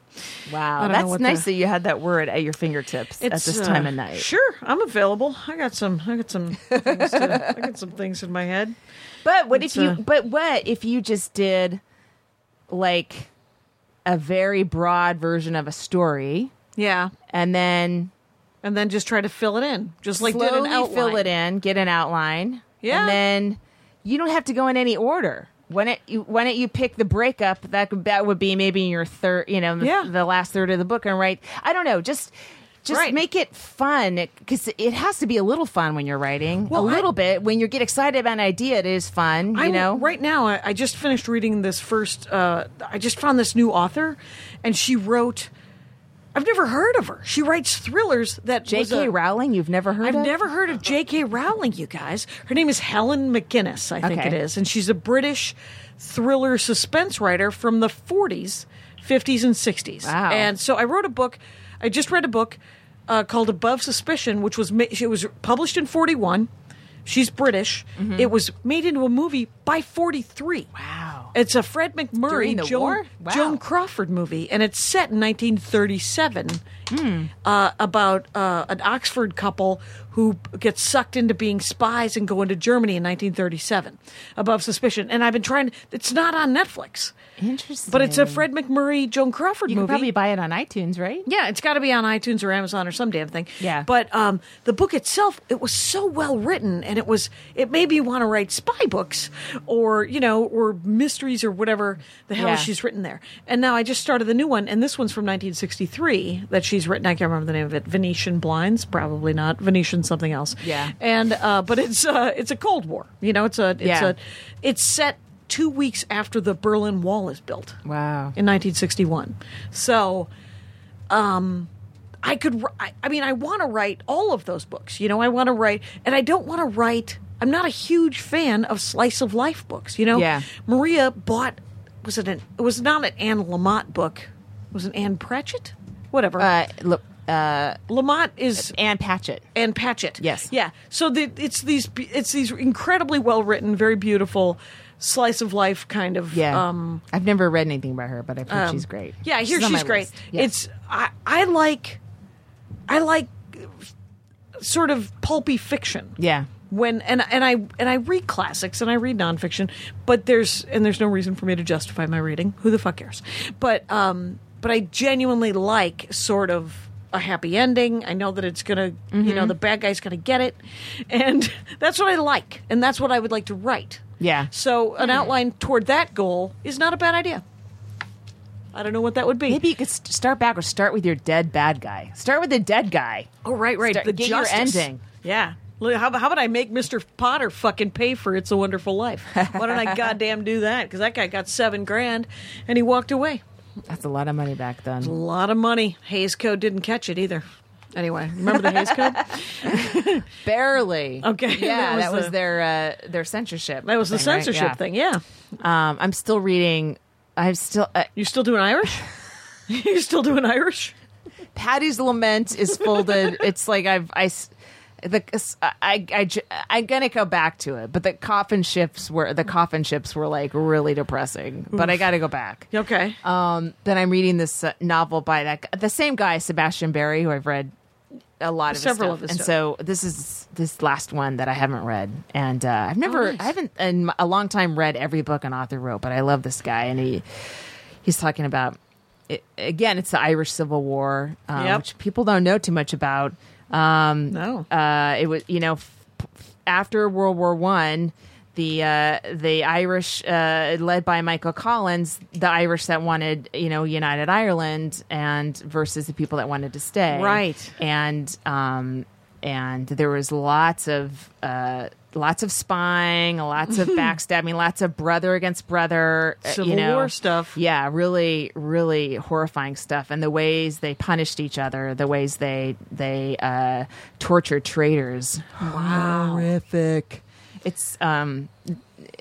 Speaker 4: I
Speaker 3: wow,
Speaker 4: don't know
Speaker 3: that's
Speaker 4: what
Speaker 3: nice
Speaker 4: the-
Speaker 3: that you had that word at your fingertips at this time
Speaker 4: uh,
Speaker 3: of night.
Speaker 4: Sure, I'm available. I got some. I got some.
Speaker 3: [LAUGHS]
Speaker 4: Things to, I got some things in my head.
Speaker 3: But what
Speaker 4: It's,
Speaker 3: if you?
Speaker 4: uh,
Speaker 3: but what if you just did like a very broad version of a story,
Speaker 4: Yeah,
Speaker 3: and then
Speaker 4: and then just try to fill it in, just like did an
Speaker 3: slowly
Speaker 4: outline.
Speaker 3: fill it in, get an outline,
Speaker 4: Yeah.
Speaker 3: and then you don't have to go in any order. Why don't you, why don't you pick the breakup? That could- that would be maybe in your third, you know, the,
Speaker 4: Yeah.
Speaker 3: the last third of the book, and write. I don't know, just. Just
Speaker 4: Right.
Speaker 3: make it fun because it has to be a little fun when you're writing.
Speaker 4: Well,
Speaker 3: a
Speaker 4: I-
Speaker 3: little bit when you get excited about an idea, it is fun. You
Speaker 4: I
Speaker 3: know,
Speaker 4: right now. I, I just finished reading this first. Uh, I just found this new author, and she wrote. I've never heard of her. She writes thrillers that was
Speaker 3: J.K.
Speaker 4: a-
Speaker 3: Rowling, you've never heard
Speaker 4: I've
Speaker 3: of?
Speaker 4: never heard of J.K. Rowling, you guys. Her name is Helen McGinnis, I think
Speaker 3: Okay.
Speaker 4: it is. And she's a British thriller suspense writer from the 40s, 50s, and 60s.
Speaker 3: Wow.
Speaker 4: And so I wrote a book. I just read a book uh, called Above Suspicion, which was ma- it was published in 41. She's British.
Speaker 3: Mm-hmm.
Speaker 4: It was made into a movie by 43.
Speaker 3: Wow.
Speaker 4: It's a Fred
Speaker 3: During
Speaker 4: McMurray,
Speaker 3: the
Speaker 4: Joan,
Speaker 3: war? Wow.
Speaker 4: Joan Crawford movie, and it's set in 1937
Speaker 3: Hmm.
Speaker 4: uh, about uh, an Oxford couple who gets sucked into being spies and go into Germany in 1937, above suspicion. And I've been trying. It's not on Netflix,
Speaker 3: Interesting.
Speaker 4: but it's a Fred McMurray, Joan Crawford
Speaker 3: You can
Speaker 4: movie.
Speaker 3: probably buy it on iTunes, right?
Speaker 4: Yeah, it's got to be on iTunes or Amazon or some damn thing.
Speaker 3: Yeah.
Speaker 4: But um, the book itself, it was so well written, and it was it made me want to write spy books or you know or mysteries or whatever the hell
Speaker 3: Yeah.
Speaker 4: she's written there. And now I just started the new one, and this one's from 1963 that she's written. I can't remember the name of it. Venetian blinds, probably not Venetian something else.
Speaker 3: Yeah.
Speaker 4: And uh, but it's uh, it's a Cold War. You know, it's a it's
Speaker 3: Yeah.
Speaker 4: a it's set two weeks after the Berlin Wall is built.
Speaker 3: Wow.
Speaker 4: In 1961. So, um, I could. wr- I, I mean, I want to write all of those books. You know, I want to write, and I don't want to write. I'm not a huge fan of slice of life books. You know,
Speaker 3: Yeah.
Speaker 4: Maria bought was it an it was not an Anne Lamott book. It was an Anne Pratchett, whatever.
Speaker 3: Uh, look,
Speaker 4: Lamont is
Speaker 3: Anne Patchett.
Speaker 4: and Patchett.
Speaker 3: Yes.
Speaker 4: Yeah. So the, it's these be- it's these incredibly well written, very beautiful slice of life kind of
Speaker 3: Yeah.
Speaker 4: um
Speaker 3: I've never read anything by her, but I've heard she's great.
Speaker 4: Yeah, I hear she's,
Speaker 3: on my
Speaker 4: great.
Speaker 3: list. Yeah.
Speaker 4: It's I I like I like sort of pulpy fiction.
Speaker 3: Yeah.
Speaker 4: When and and I and I read classics and I read nonfiction, but there's and there's no reason for me to justify my reading. Who the fuck cares? But um but I genuinely like sort of a happy ending. I know that it's gonna you know, the bad guy's gonna get it. And [LAUGHS] that's what I like. And that's what I would like to write.
Speaker 3: Yeah.
Speaker 4: So an outline toward that goal is not a bad idea. I don't know what that would be.
Speaker 3: Maybe you could st- start backwards. Start with your dead bad guy. Start with the dead guy.
Speaker 4: Oh right, right.
Speaker 3: Start-
Speaker 4: the
Speaker 3: get your
Speaker 4: justice.
Speaker 3: ending.
Speaker 4: Yeah. Look, How, how about I make Mr. Potter fucking pay for It's a Wonderful Life? Why
Speaker 3: [LAUGHS]
Speaker 4: don't I goddamn do that? Because that guy got seven grand and he walked away.
Speaker 3: That's a lot of money back
Speaker 4: A
Speaker 3: then.
Speaker 4: lot of money. Hayes Code didn't catch it either. Anyway, remember the Hayes Code?
Speaker 3: Barely.
Speaker 4: Okay. [LAUGHS]
Speaker 3: Yeah, that was,
Speaker 4: the-
Speaker 3: their uh, their censorship.
Speaker 4: That was the
Speaker 3: thing, right?
Speaker 4: censorship
Speaker 3: Yeah.
Speaker 4: thing, yeah.
Speaker 3: Um, I'm still reading. I'm still. Uh,
Speaker 4: You still doing Irish? [LAUGHS] you still doing Irish?
Speaker 3: Patty's lament is
Speaker 4: [LAUGHS]
Speaker 3: folded. it's like I've I. s- The, I, I, am gonna go back to it, but the coffin ships were the coffin ships were like really depressing. But I gotta go back.
Speaker 4: Okay.
Speaker 3: Um, then I'm reading this uh, novel by that gu- the same guy, Sebastian Barry, who I've read a lot of his stuff.
Speaker 4: Several of his
Speaker 3: and
Speaker 4: stuff.
Speaker 3: so this is this last one that I haven't read, and uh, I've never,
Speaker 4: Oh, nice.
Speaker 3: I haven't in m- a long time read every book an author wrote, but I love this guy, and he he's talking about it, again, it's the Irish Civil War, um,
Speaker 4: Yep.
Speaker 3: which people don't know too much about. Um,
Speaker 4: No.
Speaker 3: uh, it was you know f- f- after World War One, the uh, the Irish uh, led by Michael Collins, the Irish that wanted you know united Ireland and versus the people that wanted to stay,
Speaker 4: Right.
Speaker 3: And um, and there was lots of. Uh, Lots of spying, lots of backstabbing, lots of brother against brother. uh,
Speaker 4: Civil
Speaker 3: you know.
Speaker 4: War stuff.
Speaker 3: Yeah, really, really horrifying stuff. And the ways they punished each other, the ways they they uh, tortured traitors. Wow, horrific. It's um,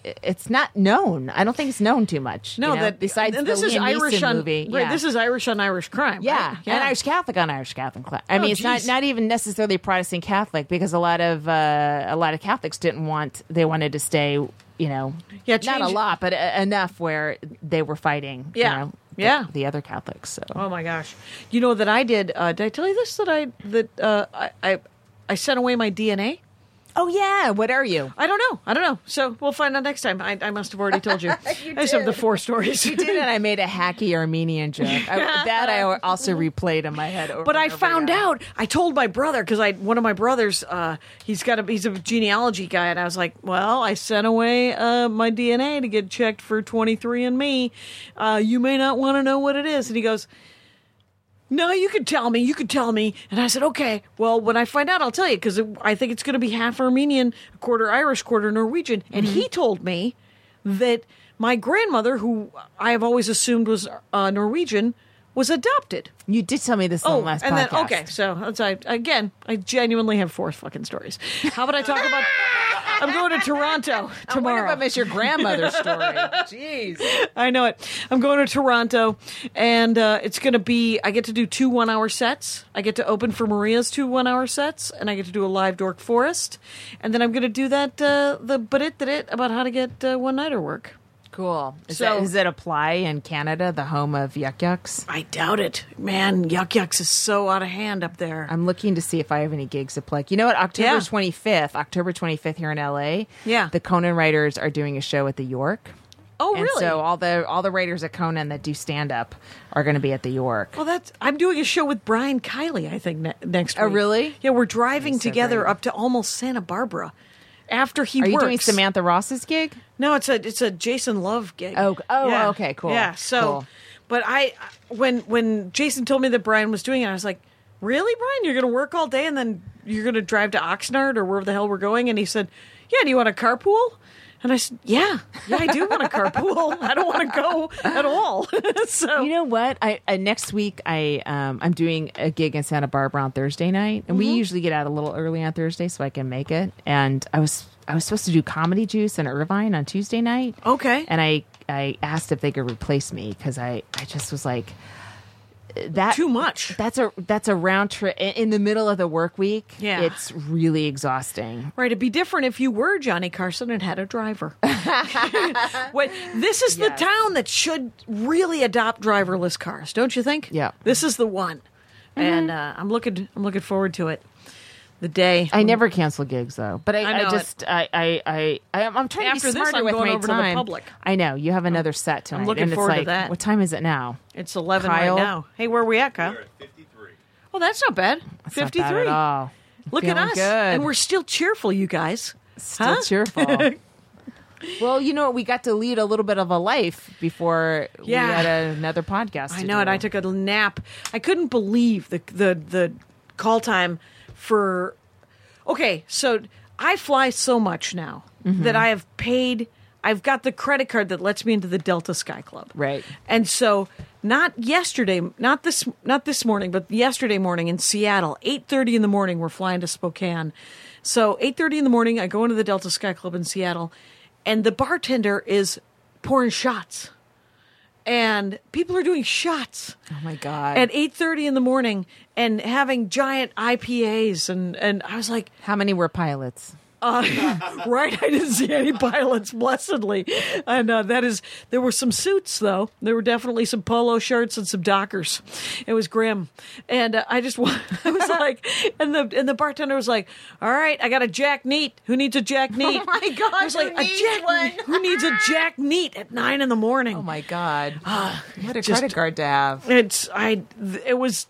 Speaker 3: it's not known. I don't think it's known too much.
Speaker 4: no,
Speaker 3: you know,
Speaker 4: that
Speaker 3: besides
Speaker 4: and
Speaker 3: the
Speaker 4: this is
Speaker 3: Liam
Speaker 4: Irish
Speaker 3: Neeson
Speaker 4: on
Speaker 3: movie.
Speaker 4: Right,
Speaker 3: yeah.
Speaker 4: this is Irish on Irish crime. right?
Speaker 3: Yeah, and Irish Catholic on Irish Catholic. Cla- I mean,
Speaker 4: Oh,
Speaker 3: it's not
Speaker 4: geez.
Speaker 3: not even necessarily Protestant Catholic because a lot of uh, a lot of Catholics didn't want they wanted to stay. You know,
Speaker 4: Yeah,
Speaker 3: not a
Speaker 4: change-
Speaker 3: lot, but uh, enough where they were fighting.
Speaker 4: Yeah.
Speaker 3: you know, the,
Speaker 4: Yeah.
Speaker 3: the other Catholics. So
Speaker 4: Oh my gosh! You know that I did. Uh, did I tell you this? That I that uh, I, I I sent away my DNA.
Speaker 3: oh yeah, what are you?
Speaker 4: I don't know. I don't know. So we'll find out next time. I, I must have already told you.
Speaker 3: [LAUGHS]
Speaker 4: I just have the four
Speaker 3: [LAUGHS]
Speaker 4: stories.
Speaker 3: You did, and I made a hacky Armenian joke.
Speaker 4: [LAUGHS]
Speaker 3: I, that I also replayed in my head. Over
Speaker 4: But I
Speaker 3: and over
Speaker 4: found
Speaker 3: again.
Speaker 4: out. I told my brother because I one of my brothers. Uh, he's got a he's a genealogy guy, and I was like, well, I sent away uh, my DNA to get checked for 23andMe. Uh, you may not want to know what it is. And he goes, no, you could tell me. You could tell me. And I said, okay. Well, when I find out, I'll tell you because I think it's going to be half Armenian, a quarter Irish, quarter Norwegian. And he
Speaker 3: Mm-hmm.
Speaker 4: told me that my grandmother, who I have always assumed was uh, Norwegian, was adopted.
Speaker 3: You did tell me this on the last
Speaker 4: Oh, and
Speaker 3: podcast.
Speaker 4: then okay, so that's I again. I genuinely have four fucking stories. How about I talk [LAUGHS] about? I'm going to Toronto
Speaker 3: I wonder
Speaker 4: tomorrow.
Speaker 3: if I missed your grandmother's story. Jeez.
Speaker 4: [LAUGHS] I know it. I'm going to Toronto, and uh, it's going to be. I get to do two one hour sets. I get to open for Maria's two one hour sets, and I get to do a live Dork Forest, and then I'm going to do that uh, the but it that it about how to get uh, one nighter work.
Speaker 3: Cool. Is
Speaker 4: So-
Speaker 3: that, does it apply in Canada, the home of Yuck Yucks?
Speaker 4: I doubt it, man. Yuck Yucks is so out of hand up there.
Speaker 3: I'm looking to see if I have any gigs to plug. You know what? October
Speaker 4: Yeah.
Speaker 3: 25th, October 25th here in LA.
Speaker 4: Yeah.
Speaker 3: The Conan writers are doing a show at the York.
Speaker 4: oh,
Speaker 3: and
Speaker 4: really?
Speaker 3: so all the all the writers at Conan that do stand up are going to be at the York.
Speaker 4: Well, that's I'm doing a show with Brian Kiley. I think ne- next week.
Speaker 3: Oh, really?
Speaker 4: Yeah, we're driving
Speaker 3: so
Speaker 4: together
Speaker 3: great.
Speaker 4: up to almost Santa Barbara. After he
Speaker 3: Are you
Speaker 4: works,
Speaker 3: doing Samantha Ross's gig?
Speaker 4: No, it's a it's a Jason Love gig.
Speaker 3: Oh, oh, okay, cool,
Speaker 4: Yeah, so,
Speaker 3: cool.
Speaker 4: but I when when Jason told me that Brian was doing it, I was like, really, Brian? You're going to work all day and then you're going to drive to Oxnard or wherever the hell we're going? And he said, yeah. Do you want a carpool? And I said, yeah, yeah, I do want a carpool. [LAUGHS] I don't want to go at all. [LAUGHS] so
Speaker 3: You know what? I, I next week I um, I'm doing a gig in Santa Barbara on Thursday night, and we usually get out a little early on Thursday so I can make it. And I was I was supposed to do Comedy Juice in Irvine on Tuesday night.
Speaker 4: Okay.
Speaker 3: and I I asked if they could replace me because I I just was like. that
Speaker 4: Too much.
Speaker 3: That's a that's a round trip in the middle of the work week.
Speaker 4: Yeah.
Speaker 3: it's really exhausting.
Speaker 4: Right, it'd be different if you were Johnny Carson and had a driver. [LAUGHS] Wait, this is
Speaker 3: Yes.
Speaker 4: the town that should really adopt driverless cars, don't you think?
Speaker 3: Yeah.
Speaker 4: this is the one, and uh, I'm looking. I'm looking forward to it. The day
Speaker 3: I never cancel gigs though, but I,
Speaker 4: I
Speaker 3: I,
Speaker 4: know it.
Speaker 3: just I I I I- I'm, I'm trying to
Speaker 4: After this,
Speaker 3: be smarter
Speaker 4: I'm
Speaker 3: with
Speaker 4: going
Speaker 3: my
Speaker 4: over to the
Speaker 3: time.
Speaker 4: public.
Speaker 3: I know you have another set tonight.
Speaker 4: looking
Speaker 3: and it's
Speaker 4: forward to
Speaker 3: like,
Speaker 4: that.
Speaker 3: What time is it now?
Speaker 4: it's 11
Speaker 3: Kyle?
Speaker 4: right now. Hey, where are we at, Kyle?
Speaker 5: We're at 53.
Speaker 4: Well, that's not bad.
Speaker 3: It's not bad
Speaker 4: 53.
Speaker 3: at all.
Speaker 4: Look at
Speaker 3: Feeling
Speaker 4: us,
Speaker 3: good.
Speaker 4: and we're still cheerful, you guys.
Speaker 3: still
Speaker 4: Huh? [LAUGHS]
Speaker 3: cheerful. well, you know what? We got to lead a little bit of a life before we
Speaker 4: Yeah.
Speaker 3: had another podcast.
Speaker 4: I
Speaker 3: to
Speaker 4: know, and
Speaker 3: do.
Speaker 4: I took a nap. I couldn't believe the the the call time for. Okay, so I fly so much now that I have paid. I've got the credit card that lets me into the Delta Sky Club.
Speaker 3: Right.
Speaker 4: And so not yesterday, not this not this morning, but yesterday morning in Seattle, 8:30 in the morning we're flying to Spokane. So 8:30 in the morning I go into the Delta Sky Club in Seattle and the bartender is pouring shots. And people are doing shots
Speaker 3: Oh my god!
Speaker 4: at 8:30 in the morning and having giant IPAs and and I was like
Speaker 3: How many were pilots?
Speaker 4: right? I didn't see any pilots, blessedly. And uh, that is, there were some suits, though. There were definitely some polo shirts and some dockers. It was grim. And uh, I just, [LAUGHS] wa-
Speaker 3: [LAUGHS]
Speaker 4: I was like, and the and the bartender was like, all right, I got a Jack Neat. Who needs a
Speaker 3: [LAUGHS]
Speaker 4: Jack Neat?
Speaker 3: Oh my God,
Speaker 4: I was like,
Speaker 3: who
Speaker 4: a
Speaker 3: needs
Speaker 4: Jack
Speaker 3: one?"
Speaker 4: Who needs a Jack Neat at nine in the morning?
Speaker 3: Oh my [GASPS] god! what a
Speaker 4: just-
Speaker 3: credit card to have.
Speaker 4: It's I. th- It was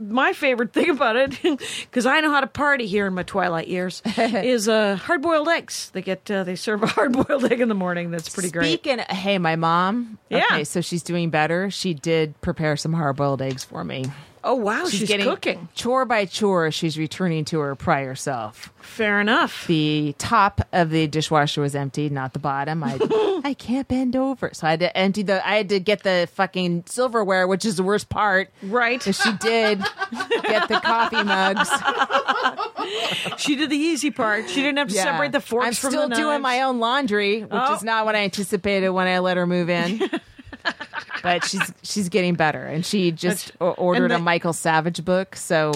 Speaker 4: my favorite thing about it [LAUGHS] because I know how to party here in my twilight years.
Speaker 3: [LAUGHS]
Speaker 4: is uh, hard boiled eggs. They get uh, they serve a [LAUGHS] hard boiled egg in the morning. That's pretty great.
Speaker 3: Speaking, hey, my mom.
Speaker 4: Yeah.
Speaker 3: Okay, so she's doing better. She did prepare some hard-boiled eggs for me.
Speaker 4: Oh wow, she's,
Speaker 3: getting
Speaker 4: cooking.
Speaker 3: chore by chore. She's returning to her prior self.
Speaker 4: Fair enough.
Speaker 3: the top of the dishwasher was empty, not the bottom. [LAUGHS] I I can't bend over, so I had to empty the. I had to get the fucking silverware, which is the worst [LAUGHS] part.
Speaker 4: Right.
Speaker 3: So she did get the coffee mugs.
Speaker 4: she did the easy part. She didn't have to
Speaker 3: Yeah.
Speaker 4: separate the forks
Speaker 3: I'm
Speaker 4: from
Speaker 3: still
Speaker 4: the
Speaker 3: doing my
Speaker 4: knives.
Speaker 3: own laundry, which
Speaker 4: Oh.
Speaker 3: is not what I anticipated when I let her move
Speaker 4: [LAUGHS]
Speaker 3: in. but she's she's getting better, and she just
Speaker 4: That's-
Speaker 3: o- ordered
Speaker 4: and
Speaker 3: a
Speaker 4: the-
Speaker 3: Michael Savage book. So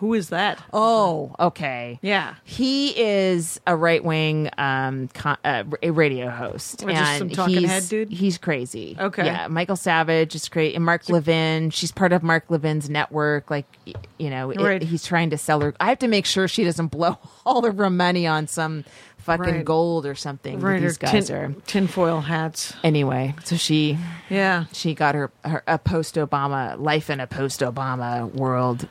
Speaker 4: Who is that?
Speaker 3: oh, okay,
Speaker 4: Yeah.
Speaker 3: He is a right wing um con- uh, a radio host.
Speaker 4: Or just
Speaker 3: and
Speaker 4: some talking
Speaker 3: he's,
Speaker 4: head dude?
Speaker 3: He's crazy.
Speaker 4: Okay.
Speaker 3: Yeah. Michael Savage is great. And Mark Levin. She's part of Mark Levin's network. Like, y- you know, it-
Speaker 4: Right.
Speaker 3: he's trying to sell her. I have to make sure she doesn't blow [LAUGHS] all of her money on some fucking
Speaker 4: Right.
Speaker 3: gold or something. that
Speaker 4: Right,
Speaker 3: These
Speaker 4: or
Speaker 3: guys
Speaker 4: tin,
Speaker 3: are.
Speaker 4: tinfoil hats.
Speaker 3: Anyway, so she
Speaker 4: Yeah.
Speaker 3: she got her, her a post Obama life in a post Obama world,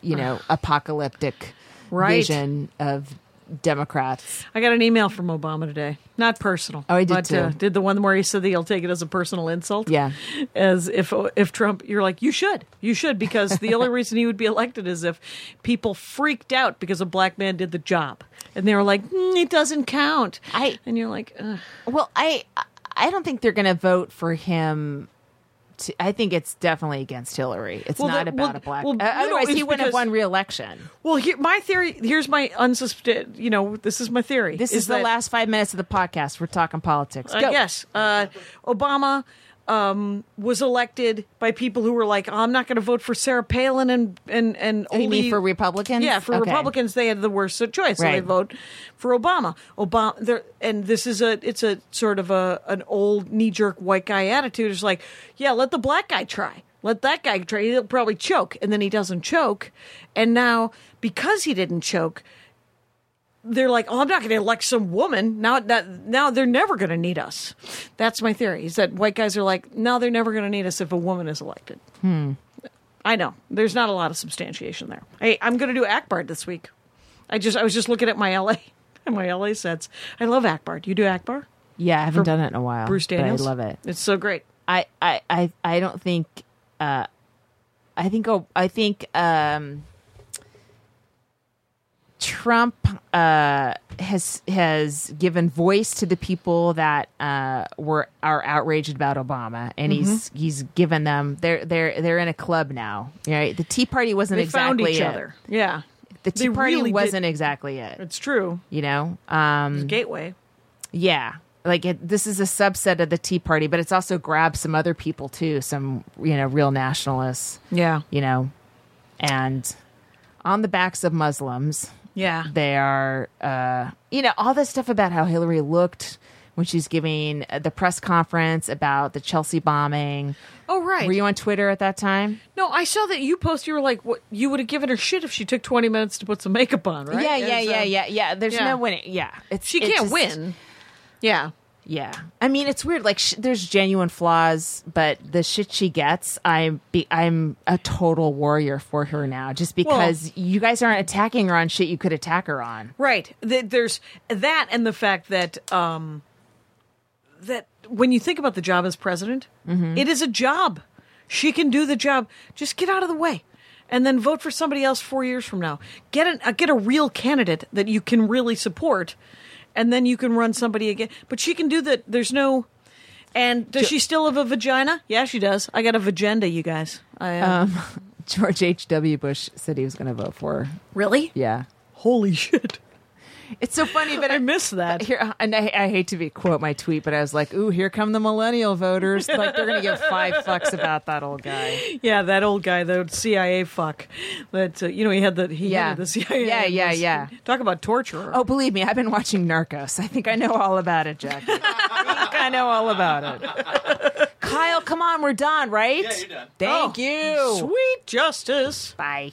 Speaker 3: you [SIGHS] know, apocalyptic
Speaker 4: Right.
Speaker 3: vision of Democrats.
Speaker 4: I got an email from Obama today. Not personal.
Speaker 3: Oh, I did
Speaker 4: but, Uh,
Speaker 3: too.
Speaker 4: did the one where he said that he'll take it as a personal insult.
Speaker 3: Yeah.
Speaker 4: As if if Trump, you're like you should, you should because the only [LAUGHS] reason he would be elected is if people freaked out because a black man did the job, and they were like, "Mm, it doesn't count.
Speaker 3: I-
Speaker 4: and you're like, Ugh.
Speaker 3: Well, I I don't think they're going to vote for him. To, I think it's definitely against Hillary. It's
Speaker 4: Well,
Speaker 3: not
Speaker 4: the-
Speaker 3: about
Speaker 4: well,
Speaker 3: a black.
Speaker 4: well,
Speaker 3: uh,
Speaker 4: no, no,
Speaker 3: otherwise,
Speaker 4: it's
Speaker 3: he wouldn't have
Speaker 4: because-
Speaker 3: won re-election.
Speaker 4: well, here, my theory. Here's my unsuspected. You know, this is my theory.
Speaker 3: This is, the
Speaker 4: that-
Speaker 3: last five minutes of the podcast. We're talking politics.
Speaker 4: I
Speaker 3: Go.
Speaker 4: guess uh, Obama um, was elected by people who were like, "I'm not going to vote for Sarah Palin and and and
Speaker 3: Oh, You
Speaker 4: only
Speaker 3: mean for Republicans?
Speaker 4: Yeah, for
Speaker 3: Okay.
Speaker 4: Republicans, they had the worst choice, so they
Speaker 3: Right.
Speaker 4: vote for Obama. Obama, there, and this is a it's a sort of a an old knee jerk white guy attitude. It's like, yeah, let the black guy try, let that guy try. He'll probably choke, and then he doesn't choke, and now because he didn't choke. They're like, oh, I'm not going to elect some woman now. That now they're never going to need us. That's my theory. Is that white guys are like, no, they're never going to need us if a woman is elected. I know. There's not a lot of substantiation there. Hey, I'm going to do Ackbard this week. I just I was just looking at my LA [LAUGHS] my LA sets. I love Ackbard. You do Ackbar?
Speaker 3: Yeah, I haven't
Speaker 4: For
Speaker 3: done it in a while.
Speaker 4: Bruce
Speaker 3: Ah, but
Speaker 4: Daniels.
Speaker 3: I love it.
Speaker 4: It's so great.
Speaker 3: I I I, I don't think. Uh, I think. oh, I think. Um, Trump uh, has has given voice to the people that uh, were are outraged about Obama, and
Speaker 4: Mm-hmm.
Speaker 3: he's he's given them they're they're they're in a club now. Right, the Tea Party wasn't
Speaker 4: They found
Speaker 3: exactly
Speaker 4: each
Speaker 3: it.
Speaker 4: other. Yeah.
Speaker 3: The Tea
Speaker 4: They
Speaker 3: Party
Speaker 4: really did-
Speaker 3: wasn't exactly it.
Speaker 4: It's true.
Speaker 3: You know, um,
Speaker 4: Gateway.
Speaker 3: yeah. Like it, this is a subset of the Tea Party, but it's also grabbed some other people too, some you know real nationalists,
Speaker 4: Yeah.
Speaker 3: you know, and on the backs of Muslims,
Speaker 4: Yeah.
Speaker 3: they are uh, you know all this stuff about how Hillary looked when she's giving uh, the press conference about the Chelsea bombing.
Speaker 4: Oh, right.
Speaker 3: Were you on Twitter at that time?
Speaker 4: no, I saw that you post. You were like, what? You would have given her shit if she took 20 minutes to put some makeup on, right?
Speaker 3: Yeah, yeah,
Speaker 4: It's,
Speaker 3: yeah,
Speaker 4: uh,
Speaker 3: yeah, yeah. There's
Speaker 4: yeah.
Speaker 3: no winning. Yeah, it's,
Speaker 4: She
Speaker 3: it
Speaker 4: can't
Speaker 3: just-
Speaker 4: win. Yeah.
Speaker 3: Yeah, I mean it's weird. Like sh- there's genuine flaws, but the shit she gets, I'm be- I'm a total warrior for her now, just because you guys aren't attacking her on shit you could attack her on. [LAUGHS]
Speaker 4: Right. Th- There's that, and the fact that um, that when you think about the job as president, it is a job. She can do the job. Just get out of the way, and then vote for somebody else four years from now. Get an, uh, get a real candidate that you can really support, and then you can run somebody again. But she can do that. There's no. And does she still have a vagina? Yeah, she does. I got a vagina, you guys. I, uh,
Speaker 3: George H. W. Bush said he was going to vote for her.
Speaker 4: really?
Speaker 3: Yeah,
Speaker 4: Holy shit!
Speaker 3: it's so funny, but [LAUGHS]
Speaker 4: I miss that.
Speaker 3: Here, and I, I hate to be quote my tweet, but I was like, "Ooh, here come the millennial voters!" Like they're gonna give five fucks about that old guy.
Speaker 4: Yeah, that old guy, the CIA fuck. That uh, you know, he had the he
Speaker 3: Yeah.
Speaker 4: had the CIA.
Speaker 3: Yeah, yeah, yeah.
Speaker 4: Talk about torture.
Speaker 3: Oh, believe me, I've been watching Narcos. I think I know all about it, Jackie. I think I know all about it.
Speaker 5: [LAUGHS]
Speaker 3: Kyle, come on, we're done, right?
Speaker 5: Yeah, you're done.
Speaker 3: Thank you.
Speaker 4: Oh. sweet justice.
Speaker 3: Bye.